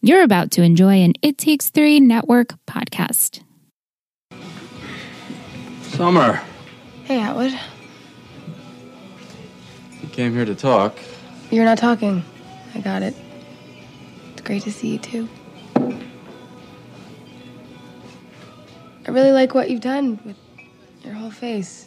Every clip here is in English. You're about to enjoy an It Takes Three Network podcast. Summer, Hey, Atwood. you came here to talk. You're not talking. I got it. It's great to see you, too. I really like what you've done with your whole face.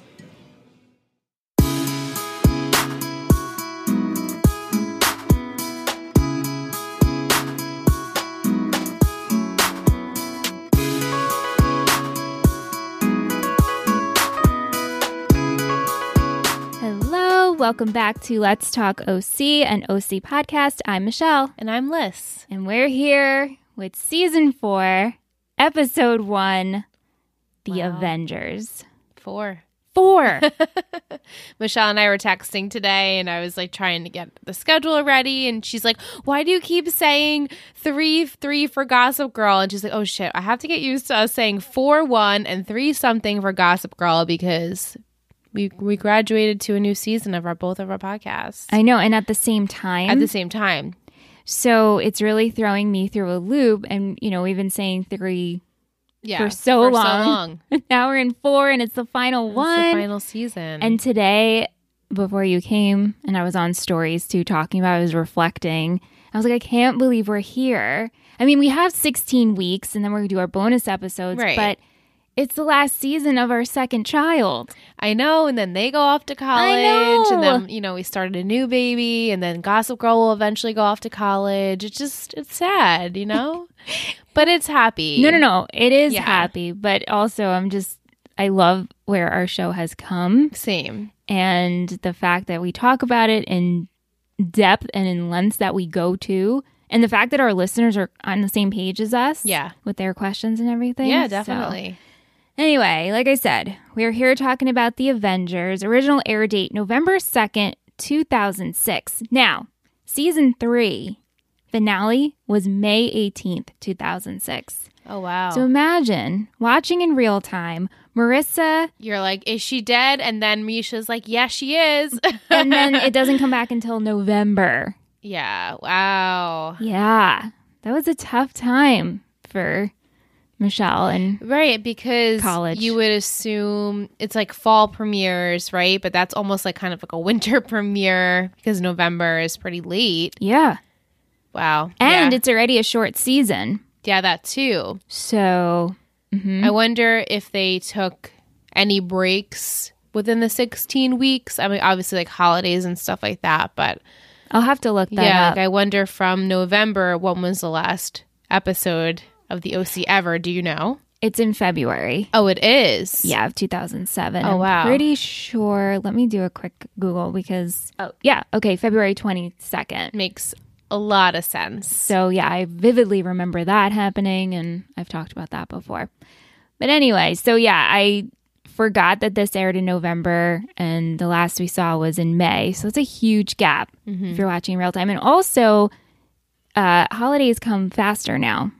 Hello, welcome back to Let's Talk OC, an OC podcast. I'm Michelle, And I'm Liz. and we're here with season four, episode one The Wow. Avengers. Four. Four. Michelle and I were texting today, and I was like trying to get the schedule ready. And she's like, Why do you keep saying three, three for Gossip Girl? And she's like, Oh shit, I have to get used to us saying four, one, and three something for Gossip Girl because we, we graduated to a new season of our both of our podcasts I know, and at the same time. at the same time. so it's really throwing me through a loop. And, you know, we've been saying three. Yeah. For so long. now we're in four, and it's the final It's one. the final season. And today, before you came, and I was on stories too, talking about, I was reflecting. I was like, I can't believe we're here. I mean, we have 16 weeks, and then we're going to do our bonus episodes, Right. but it's the last season of our second child. I know, and then they go off to I college, and know. then you know we started a new baby, and then Gossip Girl will eventually go off to college. It's just it's sad, you know, but it's happy. No, no, no. It is Yeah. happy, but also I'm just, I love where our show has come same. and the fact that we talk about it in depth and in lengths that we go to. And the fact that our listeners are on the same page as us. Yeah. With their questions and everything. Yeah, So- definitely. Anyway, like I said, we're here talking about The Avengers, original air date November 2nd, 2006. Now, season three finale was May 18th, 2006. Oh wow, So imagine watching in real time Marissa, you're like, is she dead? And then Misha's like, yes, she is. and then it doesn't come back until November. yeah, wow. Yeah, that was a tough time for Michelle. And Right, because College. you would assume it's like fall premieres, right? But that's almost like kind of like a winter premiere because November is pretty late. yeah, Wow. and Yeah. it's already a short season. Yeah, that too. So, I wonder if they took any breaks within the 16 weeks. I mean, obviously, like holidays and stuff like that. But I'll have to look that yeah, up. like I wonder from November, when was the last episode of the OC ever? Do you know? It's in February. Oh, it is. Yeah, of 2007. Oh, I'm wow. Pretty sure. Let me do a quick Google because. Oh, yeah. Okay, February 22nd. Makes a lot of sense. So, yeah, I vividly remember that happening and I've talked about that before. But anyway, so yeah, I forgot that this aired in November and the last we saw was in May. So, it's a huge gap Mm-hmm. if you're watching in real time. And also, uh, holidays come faster now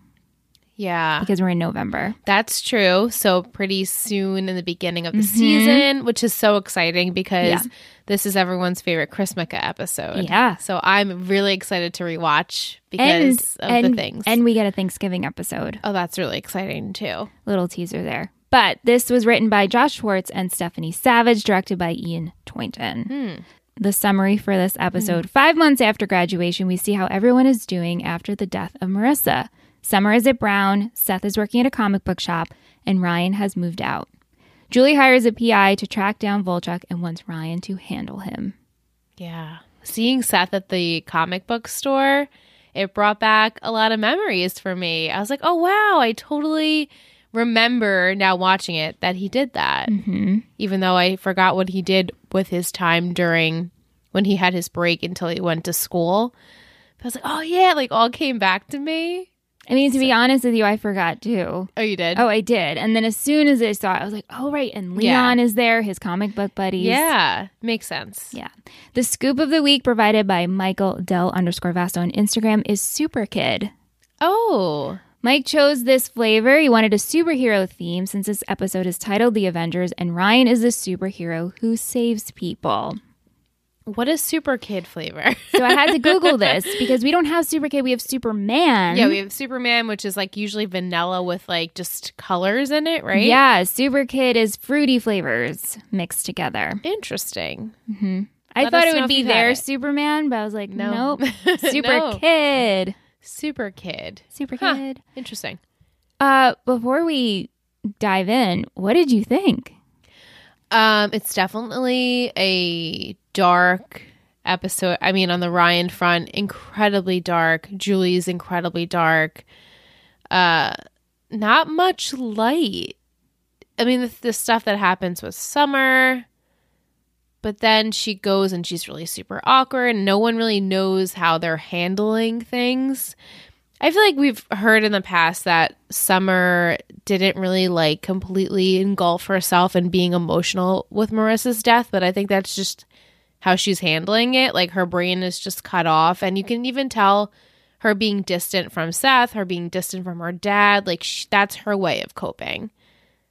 Yeah. because we're in November. That's true. So pretty soon in the beginning of the season, which is so exciting because Mm-hmm. Yeah. this is everyone's favorite Chrismica episode. Yeah. So I'm really excited to rewatch because of and, the things. and we get a Thanksgiving episode. oh, that's really exciting too. little teaser there. But this was written by Josh Schwartz and Stephanie Savage, directed by Ian Toynton. Hmm. The summary for this episode Five months after graduation, we see how everyone is doing after the death of Marissa. Summer is at Brown, Seth is working at a comic book shop, and Ryan has moved out. Julie hires a PI to track down Volchuk and wants Ryan to handle him. Yeah. Seeing Seth at the comic book store, it brought back a lot of memories for me. I was like, oh, wow, I totally remember now watching it that he did that. Mm-hmm. even though I forgot what he did with his time during when he had his break until he went to school. But I was like, oh yeah, like all came back to me. I mean, to be honest with you, I forgot too. Oh, you did? Oh, I did. And then as soon as I saw it, I was like, oh, right. And Yeah. Leon is there, his comic book buddies. yeah, makes sense. Yeah. The scoop of the week provided by Michael Del underscore Vasto on Instagram is Super Kid. Oh, Mike chose this flavor. He wanted a superhero theme since this episode is titled The Avengers, and Ryan is the superhero who saves people. What is super kid flavor? So I had to Google this because we don't have Super Kid, we have Superman. yeah, we have Superman, which is like usually vanilla with like just colors in it, right? Yeah, Super Kid is fruity flavors mixed together. Interesting. I Let thought us it know would if be you've had their it. Superman, but I was like, No. nope. Super No. Kid. Super kid. Super Huh. Kid. Interesting. Uh, before we dive in, what did you think? Um, it's definitely a dark episode. I mean, on the Ryan front, incredibly dark. Julie's incredibly dark. Uh, not much light. I mean, the, the stuff that happens with Summer, but then she goes and she's really super awkward, and no one really knows how they're handling things. I feel like we've heard in the past that Summer didn't really like completely engulf herself in being emotional with Marissa's death, but I think that's just how she's handling it. Like her brain is just cut off, and you can even tell her being distant from Seth, her being distant from her dad. Like sh that's her way of coping.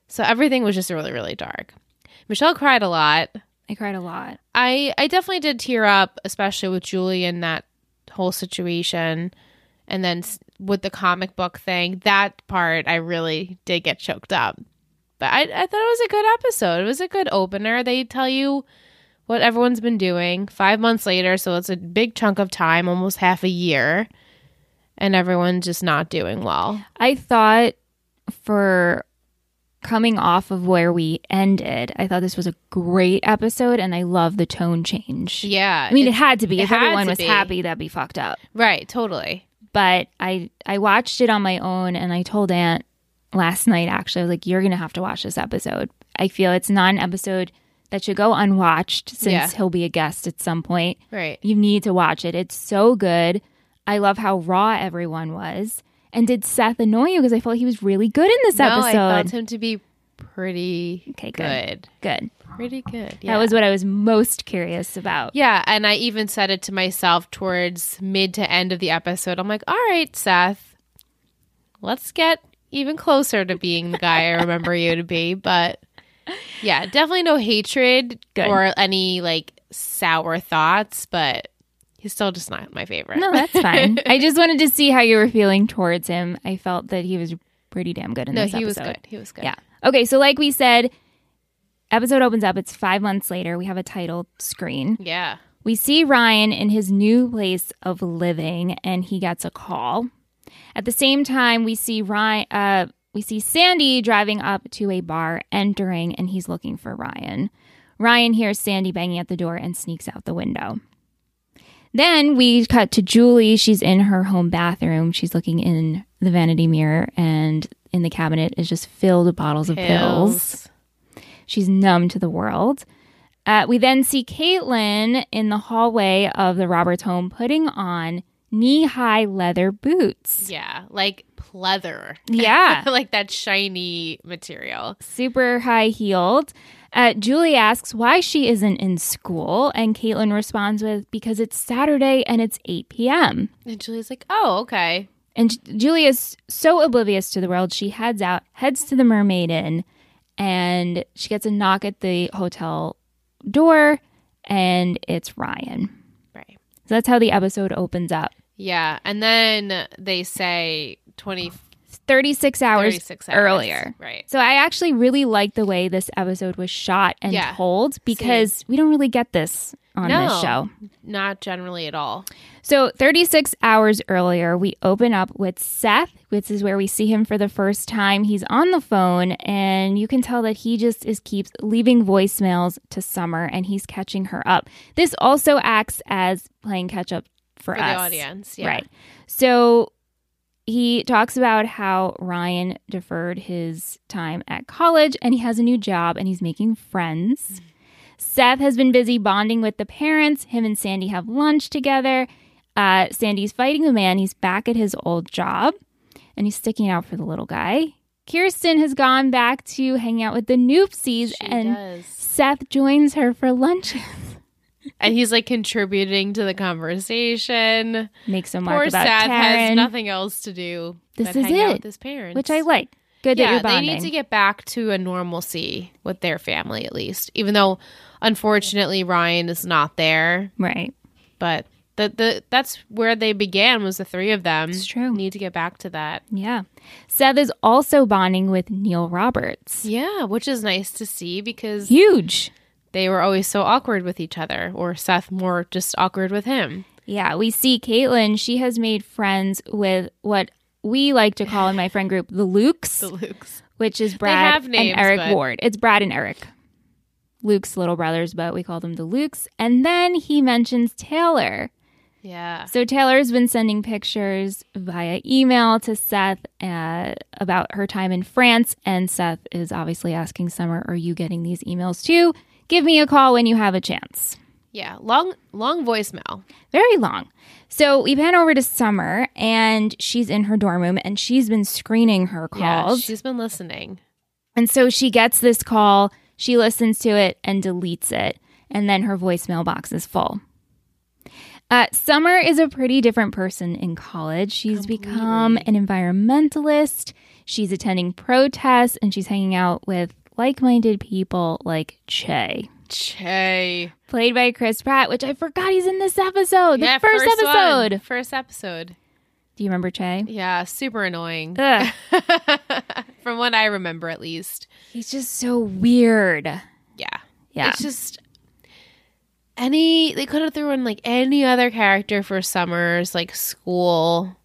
So everything was just really, really dark. Michelle cried a lot. I cried a lot. I I definitely did tear up, especially with Julie and that whole situation, and then s- with the comic book thing. That part I really did get choked up. But I I thought it was a good episode. It was a good opener. They tell you what everyone's been doing five months later, so it's a big chunk of time, almost half a year, and everyone's just not doing well. I thought for coming off of where we ended, I thought this was a great episode and I love the tone change. Yeah, I mean, it, had to be. it If had everyone to was be. happy, that'd be fucked up. right, totally. But I, I watched it on my own and I told Aunt last night, actually, I was like, you're going to have to watch this episode. I feel it's not an episode that should go unwatched since Yeah. he'll be a guest at some point. Right. You need to watch it. It's so good. I love how raw everyone was. And did Seth annoy you? Because I felt he was really good in this No, I episode. felt him to be pretty Okay, good. good. good. Pretty good. That was what I was most curious about. Yeah, and I even said it to myself towards mid to end of the episode. I'm like, all right, Seth, let's get even closer to being the guy I remember you to be. But yeah, definitely no hatred Good. or any like sour thoughts, but he's still just not my favorite. No, that's fine. I just wanted to see how you were feeling towards him. I felt that he was pretty damn good in no, this he was episode. good. He was good. Yeah. Okay, so like we said, episode opens up. It's five months later. We have a title screen. Yeah. We see Ryan in his new place of living, and he gets a call. At the same time, we see Ryan. Uh, we see Sandy driving up to a bar, entering, and he's looking for Ryan. Ryan hears Sandy banging at the door and sneaks out the window. Then we cut to Julie. She's in her home bathroom. She's looking in the vanity mirror, and in the cabinet is just filled with bottles of pills. Pills. She's numb to the world. Uh, we then see Caitlin in the hallway of the Roberts home putting on knee high leather boots. Yeah. Like pleather. Yeah, like that shiny material. super high heeled. Uh, Julie asks why she isn't in school, and Caitlin responds with, Because it's Saturday and it's 8 p.m. And Julie's like, oh, okay. And J- Julie is so oblivious to the world, she heads out, heads to the Mermaid Inn, and she gets a knock at the hotel door, and it's Ryan. Right. So that's how the episode opens up. Yeah, and then they say 20 It's 36 hours 36 hours earlier. Right. So I actually really like the way this episode was shot and Yeah. told because we don't really get this on this No. show. Not generally at all. So 36 hours earlier, we open up with Seth, which is where we see him for the first time. He's on the phone and you can tell that he just is keeps leaving voicemails to Summer and he's catching her up. This also acts as playing catch up for, For us. the audience. Yeah. Right. So he talks about how Ryan deferred his time at college and he has a new job and he's making friends. Mm-hmm. Seth has been busy bonding with the parents. Him and Sandy have lunch together. Uh, Sandy's fighting the man. He's back at his old job and he's sticking out for the little guy. Kirsten has gone back to hang out with the noopsies She and does. Seth joins her for lunch. And he's like contributing to the conversation. Makes a mark Poor about Taryn, Seth has nothing else to do This but is hang out it, with his parents. which I like. Good that yeah, you're they bonding. need to get back to a normalcy with their family at least. Even though, unfortunately, Ryan is not there, right. but the the that's where they began was the three of them. It's true. Need to get back to that. Yeah. Seth is also bonding with Neil Roberts. Yeah, which is nice to see because Huge. they were always so awkward with each other, or Seth more just awkward with him. Yeah, we see Caitlin. She has made friends with what we like to call in my friend group the Lukes, Luke's. which is Brad have names, and Eric but- Ward. It's Brad and Eric, Luke's little brothers, but we call them the Lukes. And then he mentions Taylor. Yeah. So Taylor's been sending pictures via email to Seth uh, about her time in France, and Seth is obviously asking Summer, "Are you getting these emails too? Give me a call when you have a chance." Yeah. Long long voicemail. very long. So we pan over to Summer, and she's in her dorm room, and she's been screening her Yeah. calls. She's been listening. and so she gets this call, she listens to it, and deletes it. And then her voicemail box is full. Uh, Summer is a pretty different person in college. She's become an environmentalist. She's attending protests, and she's hanging out with like-minded people like Che, Che. played by Chris Pratt, which I forgot he's in this episode. The first, one. episode. First episode. Do you remember Che? Yeah, super annoying. Ugh, From what I remember at least. he's just so weird. Yeah. Yeah. It's just any they could have thrown in like any other character for Summer's like school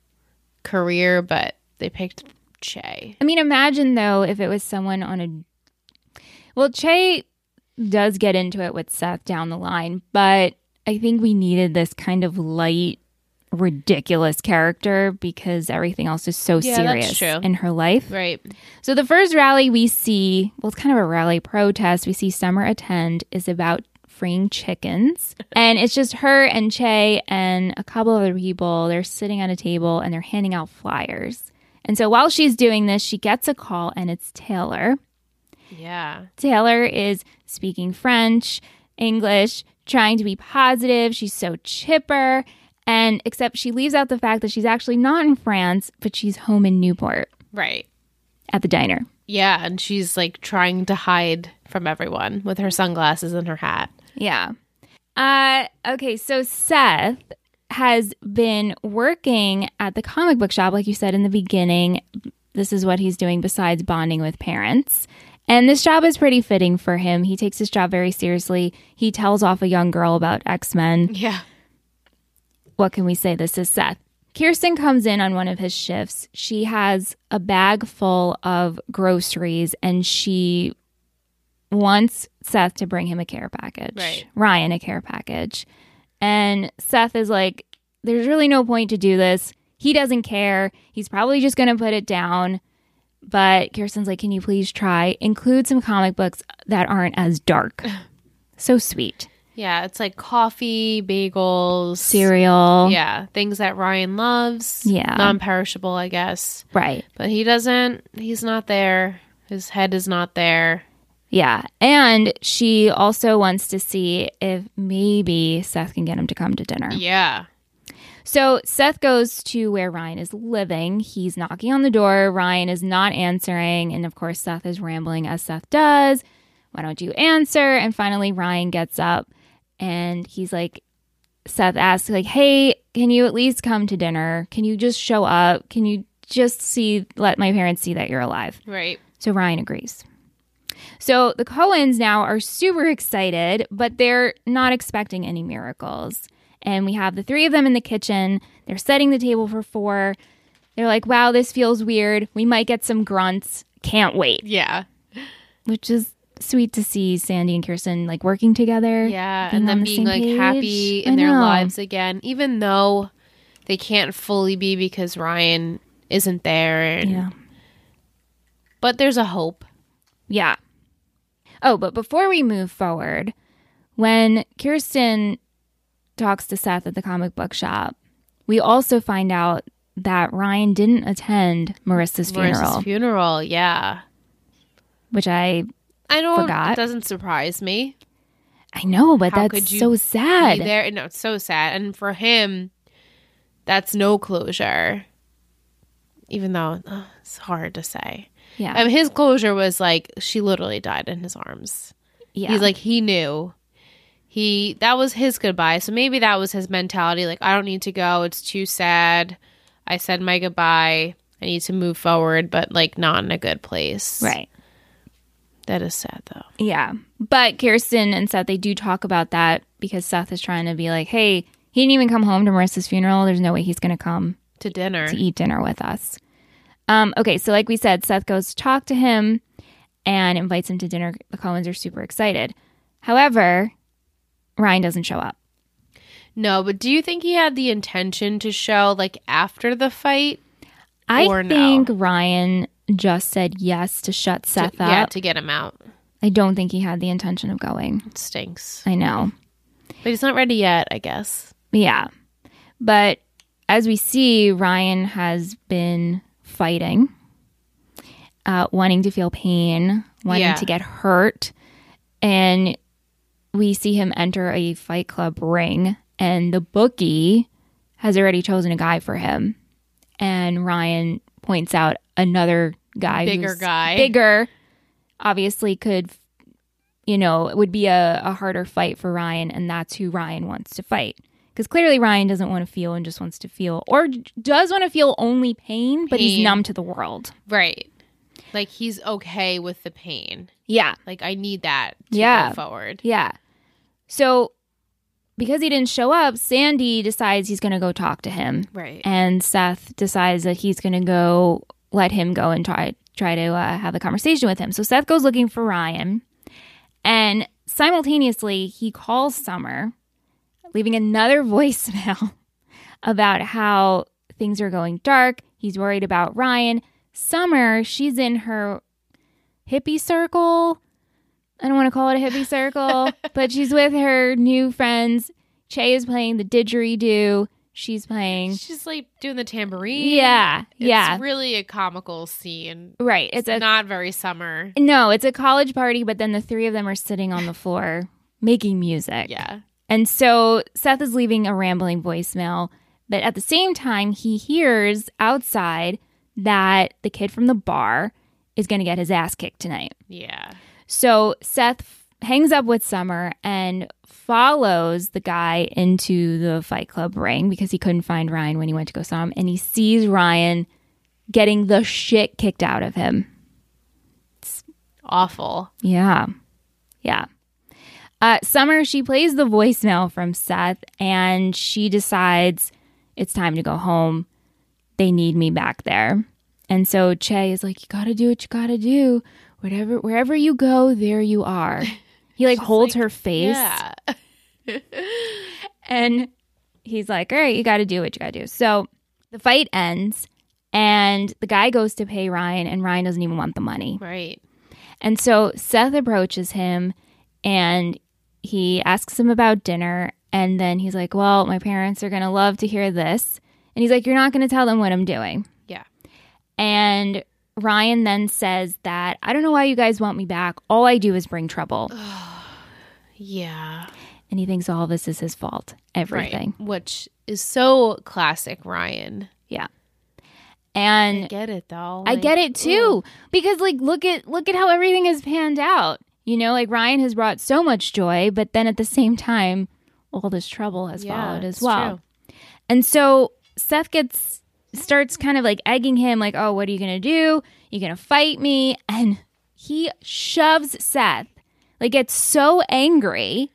career, but they picked Che. I mean, imagine though if it was someone on a. Well, Che does get into it with Seth down the line, but I think we needed this kind of light, ridiculous character because everything else is so Yeah, serious that's true. in her life. Right. So the first rally we see, well, it's kind of a rally protest we see Summer attend is about freeing chickens. and it's just her and Che and a couple other people. They're sitting at a table and they're handing out flyers. And so while she's doing this, she gets a call and it's Taylor. Yeah. Taylor is speaking French, English, trying to be positive. She's so chipper. And except she leaves out the fact that she's actually not in France, but she's home in Newport Right. at the diner. Yeah, and she's like trying to hide from everyone with her sunglasses and her hat. Yeah. Uh, okay, so Seth has been working at the comic book shop, like you said in the beginning. This is what he's doing besides bonding with parents. And this job is pretty fitting for him. He takes his job very seriously. He tells off a young girl about X Men. Yeah. What can we say? This is Seth. Kirsten comes in on one of his shifts. She has a bag full of groceries and she wants Seth to bring him a care package. Right. Ryan a care package. And Seth is like, there's really no point to do this. He doesn't care. He's probably just going to put it down. But Kirsten's like, can you please try? Include some comic books that aren't as dark. so sweet. Yeah, it's like coffee, bagels, Cereal. Yeah, things that Ryan loves. Yeah. Non-perishable, I guess. Right. But he doesn't. He's not there. His head is not there. Yeah. And she also wants to see if maybe Seth can get him to come to dinner. Yeah. So Seth goes to where Ryan is living. He's knocking on the door. Ryan is not answering. And of course, Seth is rambling as Seth does. Why don't you answer? And finally, Ryan gets up and he's like, Seth asks, like, hey, can you at least come to dinner? Can you just show up? Can you just see, let my parents see that you're alive? Right. So Ryan agrees. So the Cohens now are super excited, but they're not expecting any miracles. And we have the three of them in the kitchen. They're setting the table for four. They're like, wow, this feels weird. We might get some grunts. Can't wait. Yeah. Which is sweet to see Sandy and Kirsten like working together. Yeah. being and on then the being same like page. happy I in their know. lives again, even though they can't fully be because Ryan isn't there. And, Yeah. But there's a hope. Yeah. Oh, but before we move forward, when Kirsten talks to Seth at the comic book shop, we also find out that Ryan didn't attend Marissa's funeral, Marissa's funeral. Yeah. which I I don't. Forgot. It doesn't surprise me. I know, but How that's could you so Be sad. there. No, it's so sad. And for him, that's no closure. even though uh, it's hard to say. Yeah. Um, his closure was like she literally died in his arms. yeah. He's like he knew. He that was his goodbye. So maybe that was his mentality like I don't need to go. It's too sad. I said my goodbye. I need to move forward, but like not in a good place. right. That is sad though. Yeah. But Kirsten and Seth, they do talk about that because Seth is trying to be like, hey, he didn't even come home to Marissa's funeral. There's no way he's going to come To dinner. to eat dinner with us. Um, okay. So, like we said, Seth goes to talk to him and invites him to dinner. The Cohens are super excited. However, Ryan doesn't show up. No, but do you think he had the intention to show like after the fight? I Or no. think Ryan just said yes to shut Seth up. Yeah, to get him out. I don't think he had the intention of going. It stinks. I know. But he's not ready yet, I guess. Yeah. But as we see, Ryan has been fighting, uh, wanting to feel pain, wanting Yeah. to get hurt. And we see him enter a fight club ring, and the bookie has already chosen a guy for him. And Ryan points out another guy Bigger who's guy. bigger obviously could you know, it would be a, a harder fight for Ryan, and that's who Ryan wants to fight. Because clearly Ryan doesn't want to feel and just wants to feel, or d- does want to feel only pain, but he's Pain. numb to the world. Right. Like he's okay with the pain. Yeah. Like I need that to Yeah. go forward. Yeah. So because he didn't show up, Sandy decides he's going to go talk to him. Right. And Seth decides that he's going to go let him go and try try to uh, have a conversation with him. So Seth goes looking for Ryan, and simultaneously he calls Summer, leaving another voicemail about how things are going dark. He's worried about Ryan. Summer, she's in her hippie circle. I don't want to call it a hippie circle, but she's with her new friends. Che is playing the didgeridoo. She's playing She's like doing the tambourine. yeah, yeah, It's really a comical scene. right. It's a not very summer. no, it's a college party, but then the three of them are sitting on the floor making music. Yeah. and so Seth is leaving a rambling voicemail, but at the same time, he hears outside that the kid from the bar is going to get his ass kicked tonight. Yeah. So Seth f- hangs up with Summer and follows the guy into the fight club ring because he couldn't find Ryan when he went to go saw him. And he sees Ryan getting the shit kicked out of him. Awful. Yeah. Yeah. Uh, Summer, she plays the voicemail from Seth and she decides it's time to go home. They need me back there. And so Che is like, You gotta do what you gotta do. Whatever wherever you go, there you are. He like holds her face Yeah. and he's like, All right, you gotta do what you gotta do. So the fight ends and the guy goes to pay Ryan and Ryan doesn't even want the money. Right. And so Seth approaches him and he asks him about dinner. And then he's like, Well, my parents are going to love to hear this. And he's like, You're not going to tell them what I'm doing. Yeah. And Ryan then says that I don't know why you guys want me back. All I do is bring trouble. Yeah. And he thinks all this is his fault. Everything. Right. Which is so classic Ryan. And I get it though. I Like, get it too ugh. because like look at look at how everything has panned out. You know, like Ryan has brought so much joy, but then at the same time, all this trouble has Yeah, followed as it's well. true. And so Seth gets starts kind of like egging him, like, "Oh, what are you gonna do? You gonna fight me?" And he shoves Seth, like, gets so angry,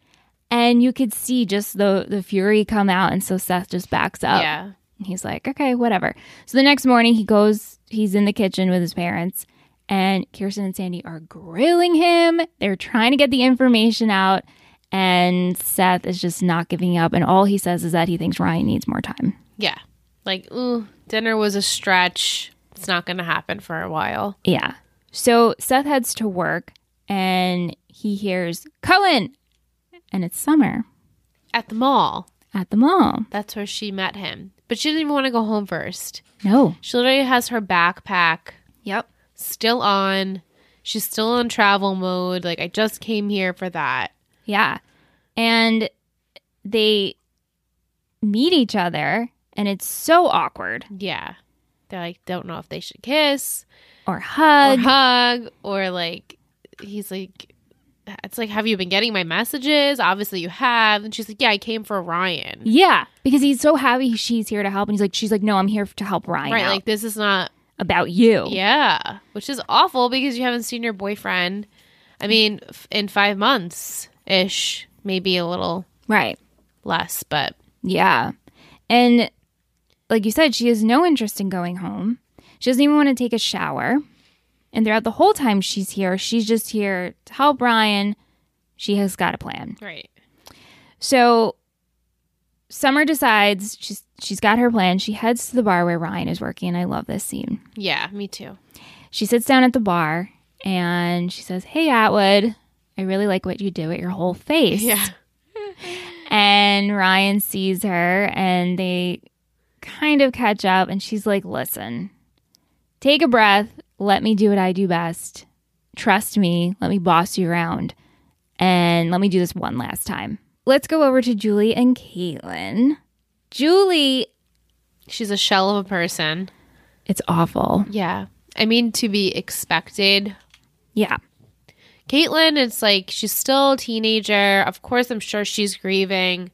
and you could see just the the fury come out. And so Seth just backs up. Yeah. And he's like, okay, whatever. So the next morning, he goes, he's in the kitchen with his parents, and Kirsten and Sandy are grilling him. They're trying to get the information out, and Seth is just not giving up. And all he says is that he thinks Ryan needs more time. Yeah. Like, ooh, dinner was a stretch. It's not going to happen for a while. Yeah. So Seth heads to work, and he hears Cohen, and it's summer At the mall, at the mall. that's where she met him. But she didn't even want to go home first. No. She literally has her backpack Yep. still on. She's still on travel mode. Like, I just came here for that. Yeah. And they meet each other and it's so awkward. Yeah. I like, don't know if they should kiss or hug. or hug or like he's like it's like have you been getting my messages? Obviously you have. And she's like, yeah, I came for Ryan. yeah, because he's so happy she's here to help, and he's like, she's like, no, I'm here to help Ryan Right, out like this is not about you. Yeah, which is awful because you haven't seen your boyfriend. I mean, f- in five months ish, maybe a little Right. less, but Yeah. And like you said, she has no interest in going home. She doesn't even want to take a shower. And throughout the whole time she's here, she's just here to help Ryan. She has got a plan. right, So Summer decides she's she's got her plan. She heads to the bar where Ryan is working, and I love this scene. yeah, me too. She sits down at the bar and she says, Hey Atwood, I really like what you do at your whole face. And Ryan sees her and they kind of catch up and she's like, "Listen. Take a breath. Let me do what I do best. Trust me. Let me boss you around. And let me do this one last time." Let's go over to Julie and Caitlin. Julie, she's a shell of a person. it's awful. Yeah, I mean, to be expected. Yeah. Caitlyn, it's like she's still a teenager. Of course, I'm sure she's grieving,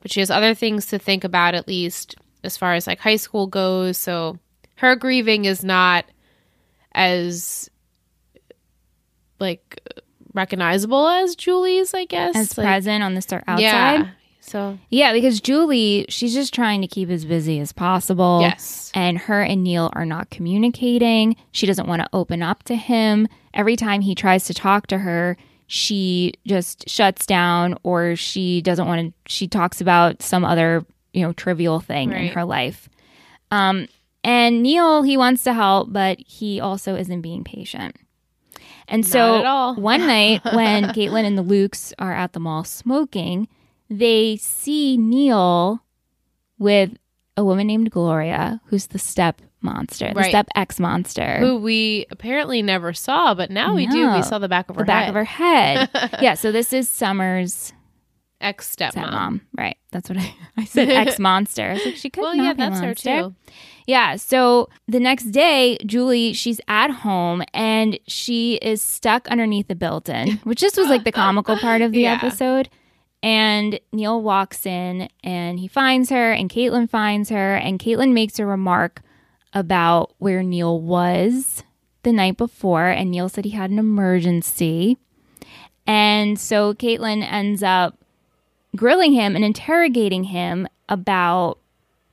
but she has other things to think about, at least as far as like high school goes. So her grieving is not as like recognizable as Julie's, I guess. As Like, present on the start outside. Yeah. So Yeah, because Julie, she's just trying to keep as busy as possible. Yes. And her and Neil are not communicating. She doesn't want to open up to him. Every time he tries to talk to her, she just shuts down or she doesn't want to she talks about some other, you know, trivial thing in Right. her life. Um and Neil, he wants to help, but he also isn't being patient. And so at all. one night when Caitlin and the Lukes are at the mall smoking, they see Neil with a woman named Gloria, who's the step monster, the Right. step ex monster. who we apparently never saw, but now we do. eh. No. We saw the back of her the back head. of her head. yeah, so this is Summer's ex stepmom. stepmom. Right. That's what I, I said ex monster. I was like, she could Well, not yeah, be a that's her monster. too. Yeah. So the next day, Julie, she's at home and she is stuck underneath the built in, which this was like the comical part of the Yeah. episode. And Neil walks in and he finds her, and Caitlin finds her, and Caitlin makes a remark about where Neil was the night before. And Neil said he had an emergency. And so Caitlin ends up grilling him and interrogating him about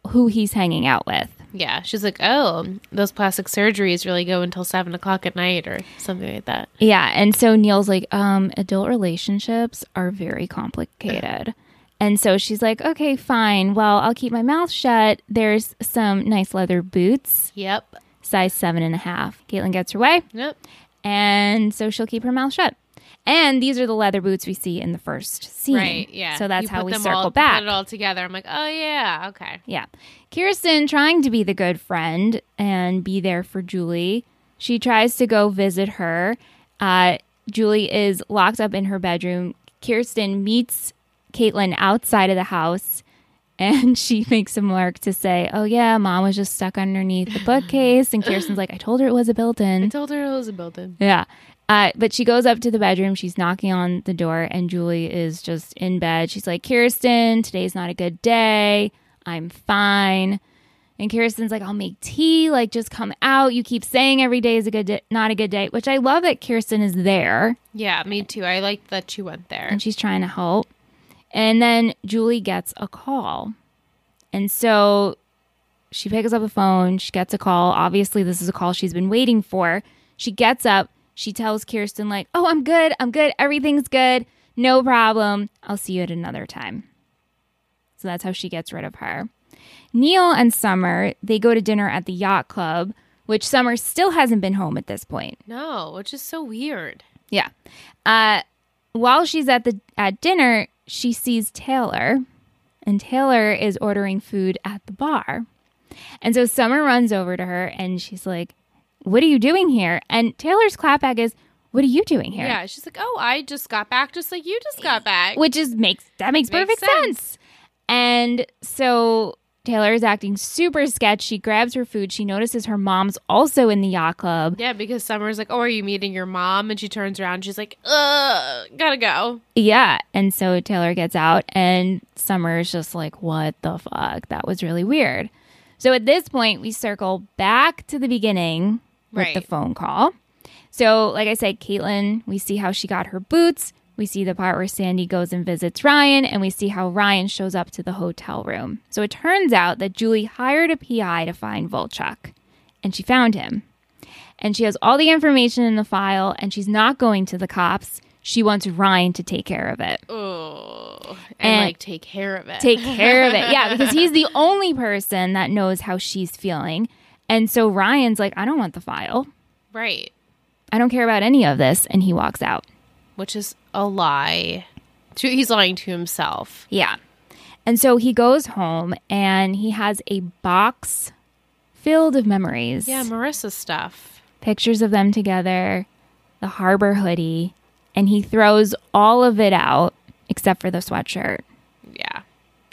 who he's hanging out with. Yeah, she's like, oh, those plastic surgeries really go until seven o'clock at night or something like that. Yeah, and so Neil's like, um, adult relationships are very complicated. And so she's like, okay, fine. Well, I'll keep my mouth shut. There's some nice leather boots, Yep. size seven and a half. Caitlin gets her way, Yep. and so she'll keep her mouth shut. And these are the leather boots we see in the first scene. Right. Yeah. Hmm. So that's You how put we them circle all, back. Put it all together. I'm like, oh yeah, okay. Yeah. Kirsten trying to be the good friend and be there for Julie. She tries to go visit her. Uh, Julie is locked up in her bedroom. Kirsten meets Caitlin outside of the house and she makes a mark to say, Oh, yeah, mom was just stuck underneath the bookcase. And Kirsten's like, I told her it was a built I in. told her it was a building. Yeah. Uh, but she goes up to the bedroom. She's knocking on the door, and Julie is just in bed. She's like, Kirsten, today's not a good day. I'm fine. And Kirsten's like, I'll make tea. Like, just come out. You keep saying every day is a good day, not a good day, which I love that Kirsten is there Yeah, me too. I liked that she went there. and she's trying to help. And then Julie gets a call. And so she picks up the phone, she gets a call. Obviously, this is a call she's been waiting for. She gets up, she tells Kirsten, like, Oh, I'm good, I'm good, everything's good, no problem. I'll see you at another time. So that's how she gets rid of her. Neil and Summer, they go to dinner at the yacht club, which Summer still hasn't been home at this point. No, which is so weird. Yeah. Uh, while she's at the at dinner, she sees Taylor, and Taylor is ordering food at the bar, and so Summer runs over to her and she's like, "What are you doing here?" And Taylor's clapback is, "What are you doing here?" Yeah, she's like, oh, I just got back, just like you just got back. Which is makes that makes, Makes perfect sense. And so Taylor is acting super sketch. She grabs her food. She notices her mom's also in the yacht club. Yeah, because Summer's like, "Oh, are you meeting your mom?" And she turns around. She's like, "Ugh, gotta go." Yeah. And so Taylor gets out, and Summer is just like, what the fuck? That was really weird. So at this point, we circle back to the beginning with the Right. phone call. So, like I said, Caitlin, we see how she got her boots. We see the part where Sandy goes and visits Ryan, and we see how Ryan shows up to the hotel room. So it turns out that Julie hired a PI to find Volchuk, and she found him. And she has all the information in the file, and she's not going to the cops. She wants Ryan to take care of it. Oh, and, And- like take care of it. Take care of it. Yeah, because he's the only person that knows how she's feeling. And so Ryan's like, I don't want the file. right, I don't care about any of this. And he walks out. which is a lie. To, he's lying to himself. Yeah. And so he goes home and he has a box filled of memories. Yeah, Marissa stuff. Pictures of them together, the harbor hoodie, and he throws all of it out except for the sweatshirt. Yeah.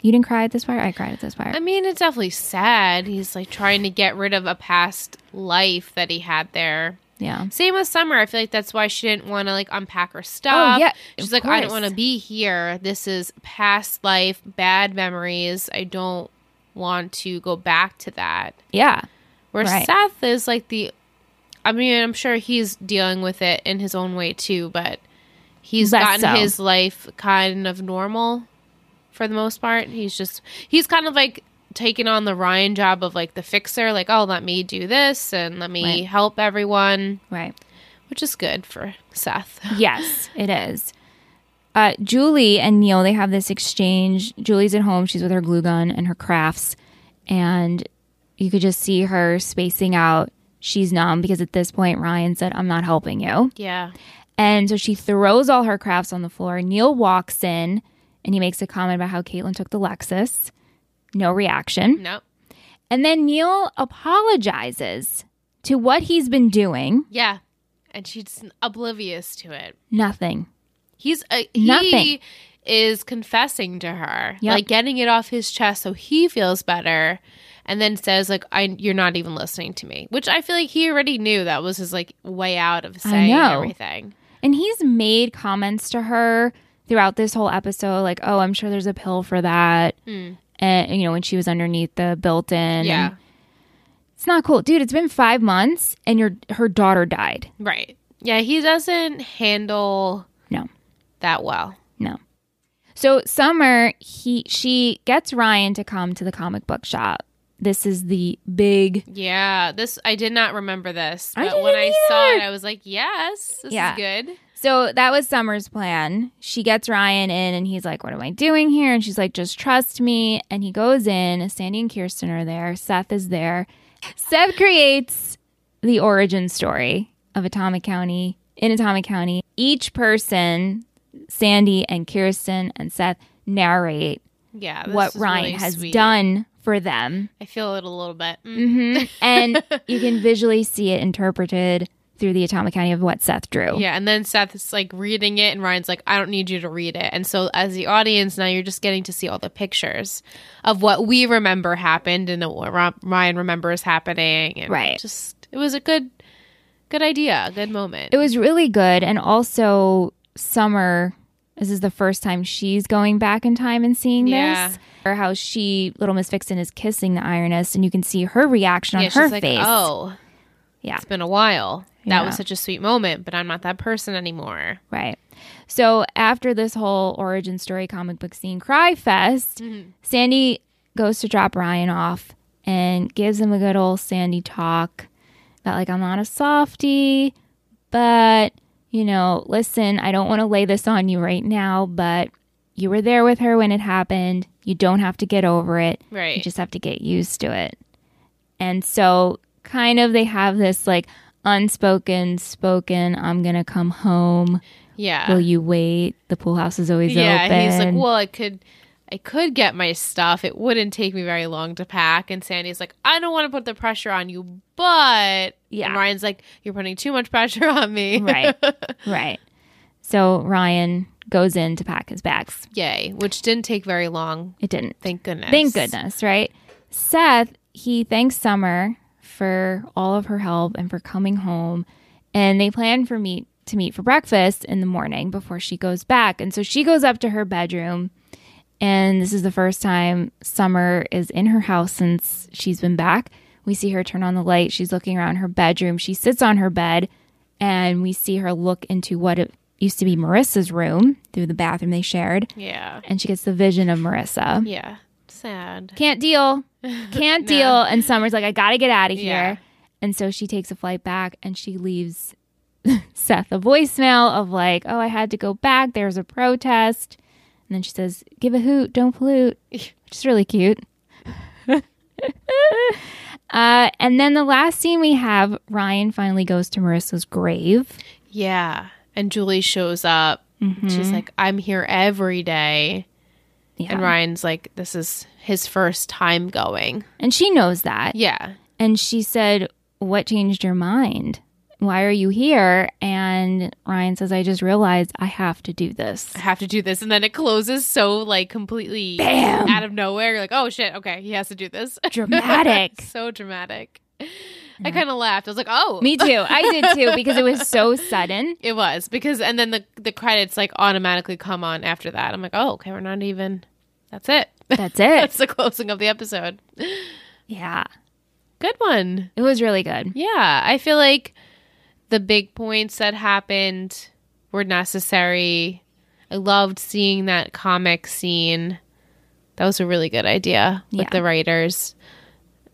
You didn't cry at this part? I cried at this part. I mean, it's definitely sad. He's like trying to get rid of a past life that he had there. yeah. Same with Summer. I feel like that's why she didn't want to like unpack her stuff. Oh, yeah, She's of like, I don't course. want to be here. This is past life, bad memories. I don't want to go back to that. Yeah. Where Right. Seth is like the, I mean, I'm sure he's dealing with it in his own way too, but he's Less gotten so. his life kind of normal for the most part. He's just, he's kind of like taking on the Ryan job of like the fixer, like, oh, let me do this and let me Right. help everyone, Right. which is good for Seth. Yes, it is. Uh, Julie and Neil, they have this exchange. Julie's at home. She's with her glue gun and her crafts. And you could just see her spacing out. She's numb because at this point, Ryan said, I'm not helping you. Yeah. And so she throws all her crafts on the floor. Neil walks in and he makes a comment about how Caitlin took the Lexus. No reaction. No. And then Neil apologizes to what he's been doing. Yeah. And she's oblivious to it. Nothing. He's uh, he Nothing. is confessing to her, Yep. like getting it off his chest so he feels better, and then says like, "I you're not even listening to me," which I feel like he already knew that was his like way out of saying know. everything. And he's made comments to her throughout this whole episode, like, "Oh, I'm sure there's a pill for that," and you know, when she was underneath the built-in. and- Yeah, it's not cool, dude. It's been five months, and your her daughter died. right. Yeah, he doesn't handle No, that well. no. So Summer, he she gets Ryan to come to the comic book shop. This is the big Yeah, this I did not remember this, I but when I didn't saw it, either. I was like, "Yes, this Yeah. is good." So that was Summer's plan. She gets Ryan in and he's like, What am I doing here? And she's like, Just trust me. And he goes in. Sandy and Kirsten are there. Seth is there. Seth creates the origin story of Atomic County in Atomic County. Each person, Sandy and Kirsten and Seth, narrate Yeah, this what is Ryan really has sweet. done for them. I feel it a little bit. Mm. Mhm. and you can visually see it interpreted through the Atomic County of what Seth drew. Yeah, and then Seth's like reading it, and Ryan's like, I don't need you to read it. And so, as the audience, now you're just getting to see all the pictures of what we remember happened and what Ro- Ryan remembers happening. And Right. Just, it was a good, good idea, a good moment. It was really good. And also, Summer, this is the first time she's going back in time and seeing Yeah. this. Or how she, Little Miss Vixen, is kissing the ironist, and you can see her reaction on yeah, her she's like, face. oh, Yeah. it's been a while. That Yeah. was such a sweet moment, but I'm not that person anymore. Right. So after this whole origin story comic book scene cry fest, Sandy goes to drop Ryan off and gives him a good old Sandy talk about like I'm not a softie, but you know, listen, I don't want to lay this on you right now, but you were there with her when it happened. You don't have to get over it. Right. You just have to get used to it. And so, kind of, they have this like unspoken, spoken, I'm going to come home. Yeah. Will you wait? The pool house is always yeah. open. He's like, well, I could. I could get my stuff. It wouldn't take me very long to pack. And Sandy's like, I don't want to put the pressure on you, but Yeah. And Ryan's like, you're putting too much pressure on me. Right. right. So, Ryan goes in to pack his bags. Yay. Which didn't take very long. It didn't. Thank goodness. Thank goodness, right? Seth, he thanks Summer for all of her help and for coming home, and they plan for meet to meet for breakfast in the morning before she goes back. And so she goes up to her bedroom, and this is the first time Summer is in her house since she's been back. We see her turn on the light. She's looking around her bedroom. She sits on her bed, and we see her look into what it used to be Marissa's room through the bathroom they shared. Yeah. And she gets the vision of Marissa Yeah. Sad. can't deal can't deal and summer's like i gotta get out of here Yeah. and so she takes a flight back and she leaves seth a voicemail of like oh i had to go back there's a protest and then she says give a hoot don't pollute which is really cute uh, and then the last scene we have ryan finally goes to marissa's grave Yeah. And Julie shows up. She's like, I'm here every day. Mm-hmm. yeah. And and, Ryan's like, this is his first time going. she knows that Yeah. And she said, What changed your mind? Why are you here? And Ryan says, I just realized I have to do this. I have to do this. And then it closes so like completely Bam! out of nowhere. You're like, oh shit, okay, he has to do this. Dramatic. so dramatic. I kind of laughed. I was like, oh. Me too. I did too because it was so sudden. It was because, and then the the credits like automatically come on after that. I'm like, oh, okay, we're not even. That's it. That's it. That's the closing of the episode. Yeah. Good one. It was really good. Yeah, I feel like the big points that happened were necessary. I loved seeing that comic scene. That was a really good idea with Yeah. the writers.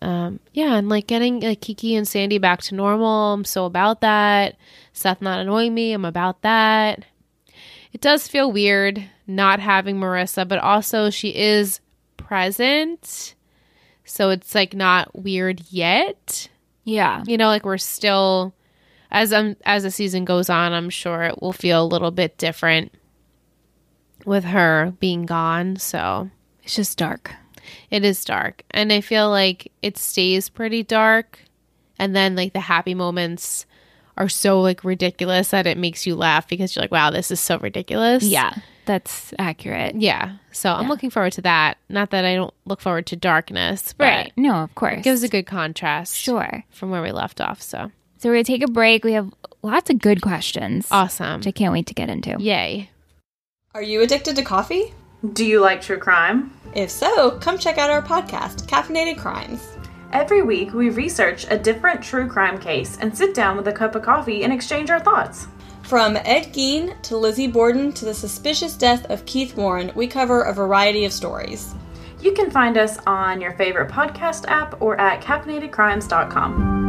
Um, yeah, and like getting like Kiki and Sandy back to normal. I'm so about that. Seth not annoying me. I'm about that. It does feel weird not having Marissa, but also she is present. So it's like not weird yet Yeah. you know like we're still as um as the season goes on i'm sure it will feel a little bit different with her being gone so It's just dark. it is dark and i feel like it stays pretty dark and then like the happy moments are so like ridiculous that it makes you laugh because you're like wow this is so ridiculous Yeah. That's accurate. yeah so i'm looking forward to that not that i don't look forward to darkness but Right. it No, of course. gives a good contrast sure. from where we left off so So we're going to take a break. We have lots of good questions, awesome which I can't wait to get into. yay Are you addicted to coffee? Do you like true crime? If so, come check out our podcast, Caffeinated Crimes. Every week, we research a different true crime case and sit down with a cup of coffee and exchange our thoughts. From Ed Gein to Lizzie Borden to the suspicious death of Keith Warren, we cover a variety of stories. You can find us on your favorite podcast app or at caffeinatedcrimes.com.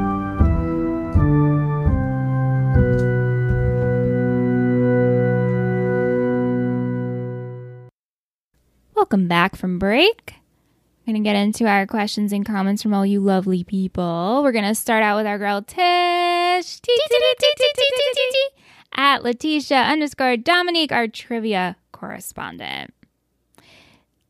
Welcome back from break. We're going to get into our questions and comments from all you lovely people. We're going to start out with our girl Tish Tee, tee, tee, tee, tee, tee, tee, tee, tee, at Letitia underscore Dominique, our trivia correspondent.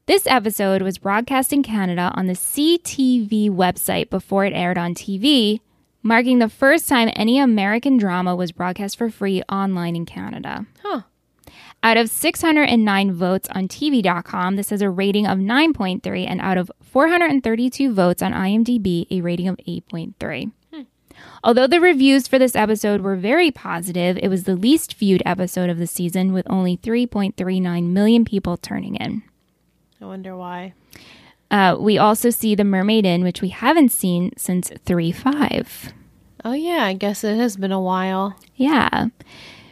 This episode was broadcast in Canada on the CTV website before it aired on TV, marking the first time any American drama was broadcast for free online in Canada. Out of 609 votes on TV.com, this has a rating of 9.3, and out of 432 votes on IMDb, a rating of 8.3. Although the reviews for this episode were very positive, it was the least viewed episode of the season, with only 3.39 million people turning in. I wonder why. Uh, we also see The Mermaid Inn, which we haven't seen since 3 5. Oh yeah, I guess it has been a while. Yeah.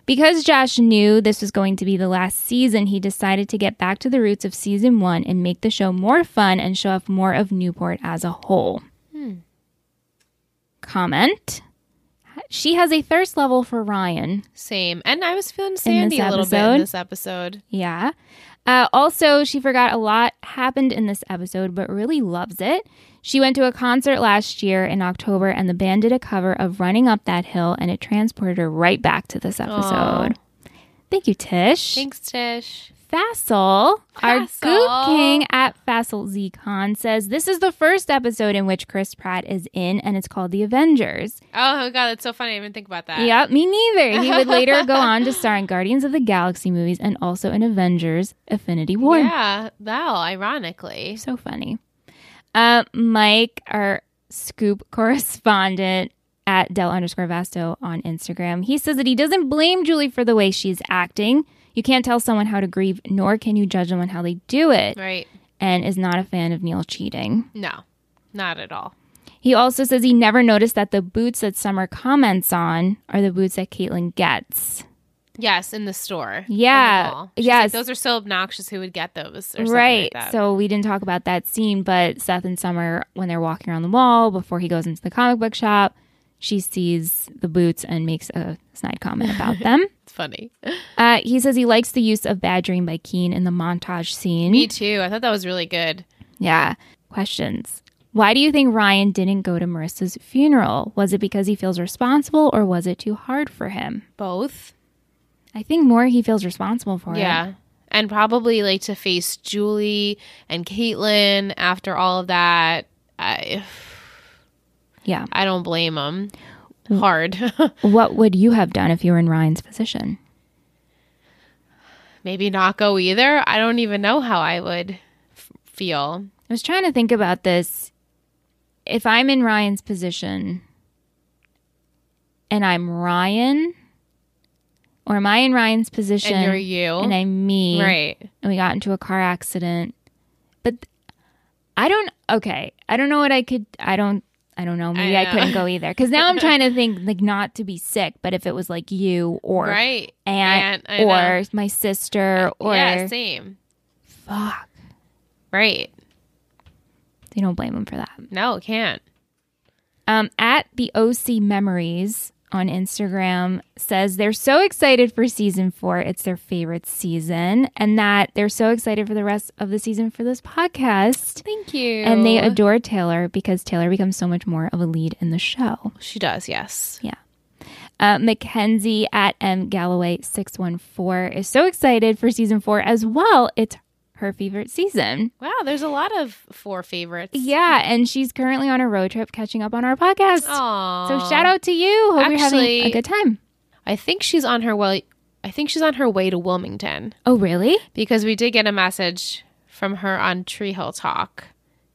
Because Josh knew this was going to be the last season, he decided to get back to the roots of season one and make the show more fun and show off more of Newport as a whole. Comment. She has a thirst level for Ryan. Same. And I was feeling Sandy a little bit episode? in this episode. Yeah. Uh, also, she forgot a lot happened in this episode, but really loves it. She went to a concert last year in October, and the band did a cover of Running Up That Hill, and it transported her right back to this episode. Thank you, Tish. Thanks, Tish. Fassel, our Fassel. Goop King at Fassel ZCon says this is the first episode in which Chris Pratt is in, and it's called The Avengers. Oh my god, that's so funny. I didn't even think about that. Yep, me neither. He would later go on to star in Guardians of the Galaxy movies and also in Avengers Affinity War. Yeah. Wow, ironically. So funny. Uh, Mike, our scoop correspondent at Del underscore Vasto on Instagram, he says that he doesn't blame Julie for the way she's acting. You can't tell someone how to grieve, nor can you judge them on how they do it, Right. and is not a fan of Neil cheating. No, not at all. He also says he never noticed that the boots that Summer comments on are the boots that Caitlin gets. Yes, in the store. in the Yeah, mall. She's yes. like, those are so obnoxious. Who would get those? Or right. Something like that. so we didn't talk about that scene, but Seth and Summer, when they're walking around the mall before he goes into the comic book shop, she sees the boots and makes a snide comment about them. it's funny. Uh, he says he likes the use of Bad Dream by Keen in the montage scene. Me too. I thought that was really good. Yeah. Questions. Why do you think Ryan didn't go to Marissa's funeral? Was it because he feels responsible or was it too hard for him? Both. I think more he feels responsible for it. Yeah. And probably like to face Julie and Caitlyn after all of that. I, Yeah. I don't blame them. Mm. Hard. What would you have done if you were in Ryan's position? Maybe not go either. I don't even know how I would f- feel. I was trying to think about this. If I'm in Ryan's position and I'm Ryan, or am I in Ryan's position And you're you. and I'm me, right. and we got into a car accident, but th- I don't, okay, I don't know what I could, I don't. I don't know. Maybe I, know. couldn't go either. Because now I'm trying to think, like, not to be sick, but if it was like you or Right. aunt, Aunt, I or know. Uh, my sister or yeah, same. fuck. Right. They don't blame him for that. No, can't. Um, at the OC Memories on Instagram says they're so excited for season four. It's their favorite season, and that they're so excited for the rest of the season for this podcast. Thank you. And they adore Taylor because Taylor becomes so much more of a lead in the show. Oh, She does, yes. Uh, Mackenzie at M Galloway six one four is so excited for season four as well. It's her favorite season. Wow, there's a lot of four favorites. Yeah, and she's currently on a road trip catching up on our podcast. Aww. So shout out to you. Hope you're having a Actually- good time. I think she's on her way. I think she's on her way to Wilmington Oh, really? because we did get a message from her on Tree Hill Talk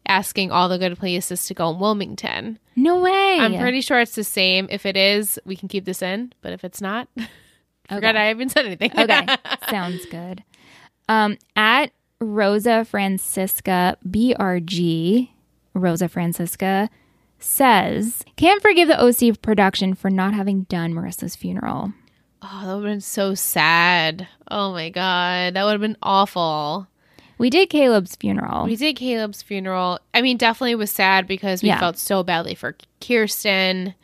asking all the good places to go in Wilmington. No way. I'm pretty sure it's the same. If it is, we can keep this in, but if it's not, forgot I even said anything. okay. Sounds good. Um, at Rosa Francisca BRG, Rosa Francisca says, can't forgive the OC production for not having done Marissa's funeral. oh, that would have been so sad. Oh my god, that would have been awful. We did Caleb's funeral. We did Caleb's funeral. I mean, definitely was sad because we Yeah. felt so badly for Kirsten.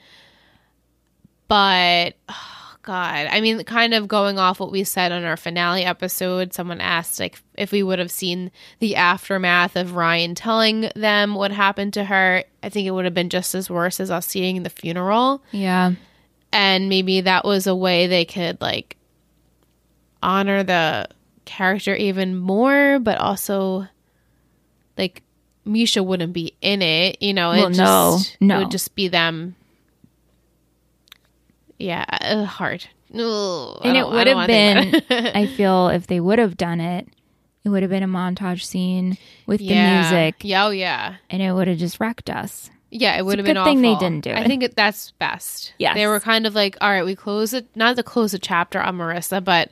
But oh God, I mean, kind of going off what we said on our finale episode, someone asked like if we would have seen the aftermath of Ryan telling them what happened to her. I think it would have been just as worse as us seeing the funeral, yeah. and maybe that was a way they could like honor the character even more, but also like Misha wouldn't be in it, you know. Well, it no, just, no. it would just be them. Yeah, uh, hard. No, And it would have been, yeah, I feel, if they would have done it, it would have been a montage scene with the music Yeah, oh, yeah, and it would have just wrecked us. yeah. It would have good been thing they awful. didn't do I it. think it, that's best. Yes. they were kind of like, all right, we close it. Not to close the chapter on Marissa, but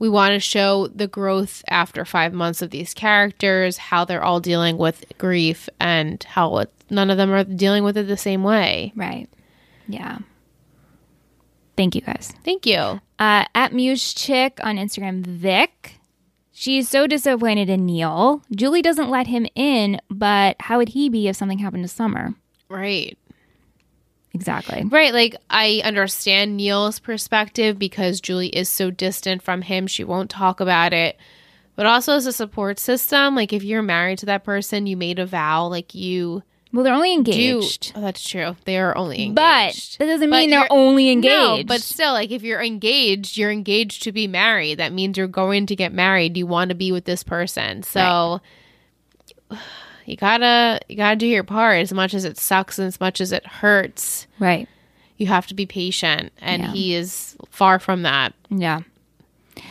we want to show the growth after five months of these characters, how they're all dealing with grief, and how it, none of them are dealing with it the same way. Right. Yeah. Thank you guys. Thank you. Uh, at Muse Chick on Instagram, Vic. She's so disappointed in Neil. Julie doesn't let him in, but how would he be if something happened to Summer? Right. Exactly. Right. Like, I understand Neil's perspective because Julie is so distant from him. She won't talk about it. But also, as a support system, like, if you're married to that person, you made a vow, like, you Well, they're only do. engaged. Oh, that's true. They are only engaged. But that doesn't But mean they're you're- only engaged. No, but still, like, if you're engaged, you're engaged to be married. That means you're going to get married. You want to be with this person. So. You gotta, you gotta do your part. As much as it sucks, and as much as it hurts, right. you have to be patient and Yeah. he is far from that Yeah.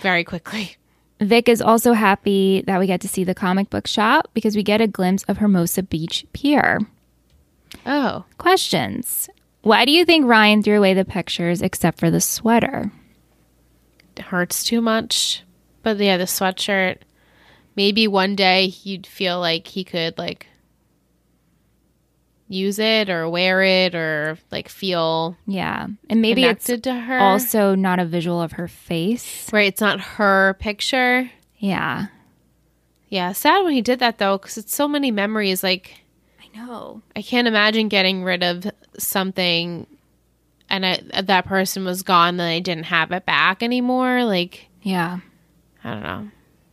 very quickly Vic is also happy that we get to see the comic book shop because we get a glimpse of Hermosa Beach Pier. Oh, Questions. Why do you think Ryan threw away the pictures except for the sweater? it hurts too much. But yeah, the sweatshirt. Maybe one day he'd feel like he could like use it or wear it or like feel Yeah. And maybe it's connected to her. also not a visual of her face. right, it's not her picture. Yeah. Yeah, sad when he did that though, because it's so many memories. Like I know. I can't imagine getting rid of something, and I, that person was gone, and I didn't have it back anymore. Like Yeah. I don't know,